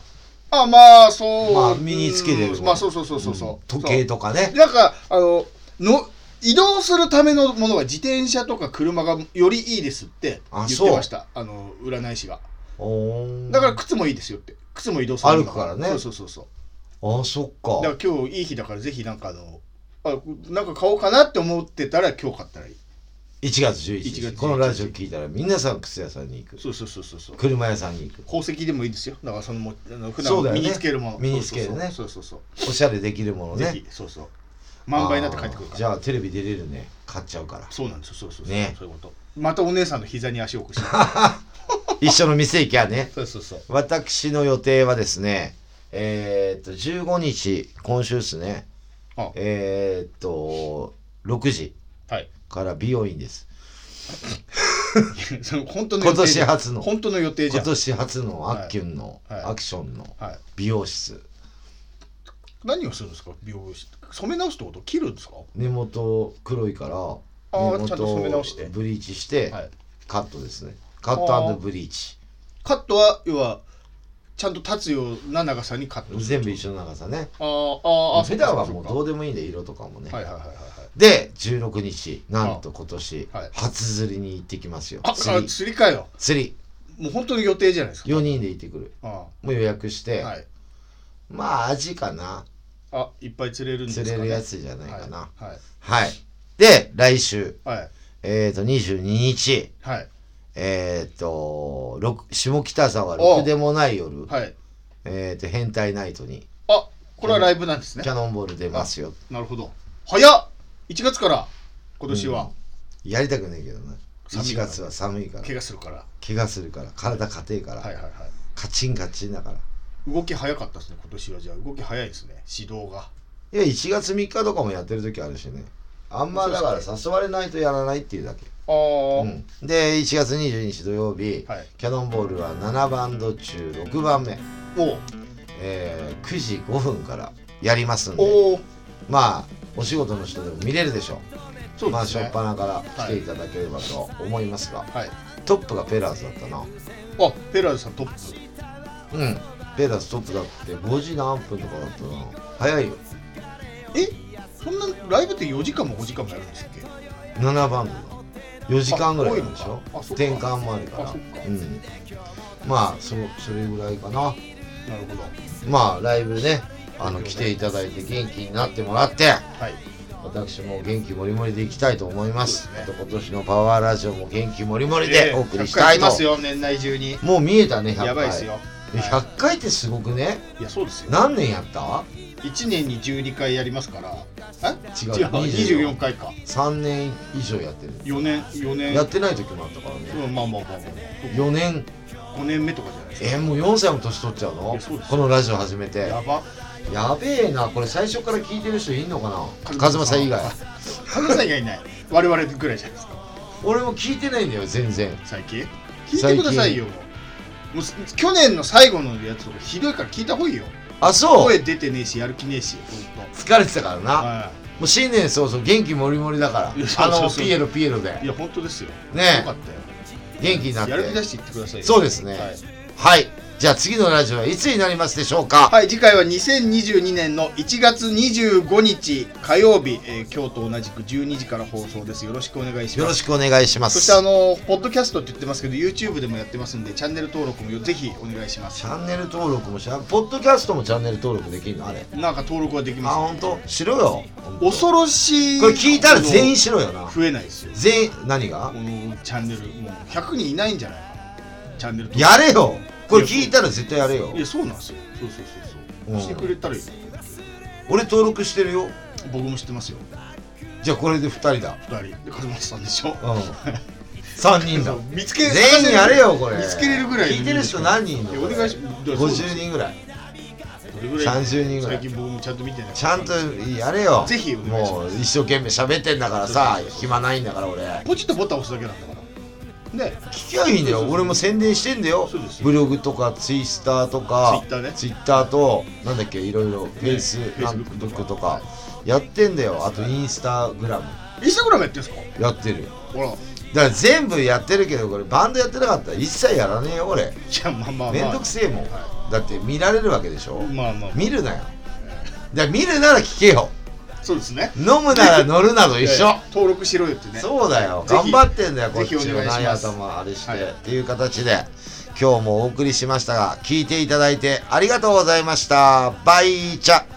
B: あまあそう、
A: まあ身につけてるも
B: うんんまあそうそうそうそうそう、
A: ん時計とかね
B: なんかあのの移動するためのものは自転車とか車がよりいいですって言
A: あ
B: っ
A: そう
B: てましたあの占い師が
A: おー
B: だから靴もいいですよって靴も移動するもの
A: 歩くからね
B: そうそうそうそう
A: あそっか
B: だから今日いい日だからぜひなんかあのあなんか買おうかなって思ってたら今日買ったらいい
A: 1月11日
B: 1月11日
A: このラジオ聞いたら皆さん靴屋さんに行く
B: そうそうそうそうそう
A: 車屋さんに行く
B: 宝石でもいいですよだからそのもあの普
A: そうだ
B: 段
A: よ
B: 身
A: ね
B: につけるもの
A: 身につけるね
B: そうそうそう
A: おしゃれできるもの
B: そうそう、
A: ね
B: ぜひそうそう万倍になって帰ってくるか
A: あー
B: ら
A: じゃあテレビ出れるね買っちゃうから
B: そうなんですよそうそうそう、
A: ね
B: そういうことまたお姉さんの膝に足を置 くし
A: 一緒の店行きゃね
B: そうそうそう
A: 私の予定はですねえーっと15日今週ですね
B: あ
A: えーっと6時
B: はい
A: から美容院です
B: その本当の
A: 今
B: 予定じ
A: 年
B: ゃん
A: 初の
B: 本当の予定じゃ
A: 今
B: ん、
A: 年初のアッキュンの、
B: はいはい
A: アクションの
B: はい、
A: 美容室
B: 何をするんですか美容室染め直すってこと切るんですか
A: 根元黒いから
B: あー
A: 根
B: ちゃんと染め
A: 元を
B: 直して
A: ブリーチして
B: はい
A: カットですねカットブリーチ
B: カットは要はちゃんと立つような長さにカット
A: 全部
B: 緒
A: 一緒の長さね
B: あーあーあ
A: 普段はもうど
B: う
A: うでもいいんで色とかもね、
B: はいはいはいはいはい
A: で16日なんと今年
B: はい
A: 初釣りに行ってきますよ
B: ああ
A: 釣り
B: 釣りかよ
A: 釣り
B: もう本当に予定じゃないですか
A: 4人で行ってくる
B: あ
A: もう予約して、
B: ーはい
A: まあアジかな
B: あいっぱい釣れるんですか、
A: 釣
B: ね、
A: れるやつじゃないかな
B: はい
A: はい、で来週
B: はいはい
A: えっ、ー、と22日
B: はい
A: えっ、ー、とろく下北沢ろくでもない夜、
B: はい
A: えっ、ー、と変態ナイトに
B: あこれはライブなんですね
A: キャノンボール出ますよ、
B: なるほど早っ1月から今年は
A: やりたくないけどな
B: 寒
A: 1
B: いから
A: 月は寒いから
B: 怪我するから、
A: 怪我するから体硬いから、
B: はいはいはい
A: カチンカチンだから
B: 動き早かったですね今年はじゃあ動き早いですね指導が
A: いや1月3日とかもやってる時あるしねあんまだから誘われないとやらないっていうだけ、
B: ああ、
A: うん、で1月22日土曜日、
B: はい
A: キャノンボールは7バンド中6番目、
B: おう
A: えー9時5分からやりますんで
B: おお
A: まあお仕事の人でも見れるでしょ
B: そう
A: ま
B: で
A: あ
B: す
A: 初っ
B: ね
A: 端から来ていただければと思いますが、
B: はい
A: トップがペラーズだったな
B: あペラーズさんトップ
A: うんペラーズトップだって5時何分とかだったな早いよ
B: えそんなライブって4時間も5時間もやるんですっけ
A: 7番の4時間ぐらいなんでし
B: あ多い
A: ょ
B: のかあそっか
A: 転換もあるから
B: あそっか
A: うん、まあそそれぐらいかな
B: なるほど
A: まあライブねあの来ていただいて元気になってもらって
B: はい
A: 私も元気もりもりでいきたいと思いますあと今年のパワーラジオも元気もりもりでお送りしたい
B: 100回来
A: と、
B: ますよ年内中に
A: もう見えたね100回
B: やばいですよ
A: え100回ってすごくね
B: いやそうですよ
A: 何年やった
B: 1年に12回やりますからえ
A: 違う
B: 違う
A: 24
B: 24回か
A: 3年以上やってる
B: 4年4年
A: やってない時もあったからね
B: うんまあまあまあま
A: 4年
B: あ5年目とかじゃないですか
A: えもう4歳も年取っちゃうの
B: やそうです
A: このラジオ始めて
B: やば
A: やべえなこれ最初から聞いてる人いんのか
B: カ
A: な
B: ズマさん
A: カズマさん以外
B: カズマさん以外いない 我々ぐらいじゃないですか
A: 俺も聞いてないんだよ全然
B: 最近聞いてくださいよもうす去年の最後のやつとかひどいから聞いた方がいいよ
A: あそう
B: 声出てねえしやる気ねえしほんと
A: 疲れてたからな、
B: は
A: もう新年早々元気もりもりだから
B: いやそう
A: あ
B: そう
A: の
B: そう
A: ピエロピエロで
B: いいや本当ですよよ
A: ね
B: かったよ
A: 元気になって
B: やる気出していってくださいよ
A: そうですね
B: はい
A: はいじゃあ次のラジオはいつになりますでしょうか、
B: はい、次回は2022年の1月25日火曜日、えー今日と同じく12時から放送です。よろしくお願いし
A: よ
B: ま
A: ろ
B: す。
A: しくお願いしま
B: そ
A: す
B: してあのポッドキャストって言ってますけど YouTube でもやってますんでチャンネル登録もぜひお願いしま
A: チ
B: す
A: ャンネル登録もしなポッドキャストもチャンネル登録できるのあれ
B: なんか登録はでき
A: あ
B: ま
A: 本当しろよ
B: す恐ろしい
A: これ聞いたら全員しろよな
B: 増えないですよ
A: 全員何が
B: このチャンネルもう100人いないんじゃないかなチャンネル登
A: やれよこれ聞いたら絶対やれよ
B: 録いやそうなんですよそうそうそうそう、
A: うん
B: してくれたらいいよ
A: 俺登録してるよ
B: 僕も知ってますよ
A: じゃあこれで2人だ
B: 2人で勝俣さんでしょ
A: うん 3人だ
B: 見つけ
A: 全員やれよこれ
B: 見つけれるぐらい
A: 聞いてる人何人いんの
B: いやお願いします
A: 50人ぐらい
B: どれぐらい
A: 30人ぐらい
B: 最近僕もちゃんと見てない
A: ちゃんとやれよ
B: ぜひお願いします
A: もう一生懸命喋ってんだからさ暇ないんだから俺
B: ポチッとボタン押すだけなんだからね
A: 聞きゃいいんだよ俺も宣伝してんだよ
B: そうですよ
A: ブログとかツイスターとか
B: Twitter ね
A: ツイッターとなんだっけいろいろフェイスブ
B: Facebook
A: ックとかやってんだよあとインスタグラム
B: インスタグラムやってんすか
A: やってるよ
B: ほらい
A: だから全部やってるけどこれバンドやってなかったら一切やらねえよ俺
B: やまあまあまあ
A: めんどくせえもん
B: は
A: だって見られるわけでしょ
B: いまあまあ
A: 見るなよだから見るなら聞けよ
B: そうですね
A: 飲むなら乗るなど一緒
B: ええ登録しろよってね
A: そうだよ
B: ぜ
A: 頑
B: ひ
A: 張ってんだよこ
B: ぜ
A: っ
B: ひ
A: ち
B: お願
A: が
B: いし
A: 何
B: ま
A: や
B: す
A: ともあれして、
B: はい
A: っていう形で今日もお送りしましたが聞いていただいてありがとうございましたバイチャ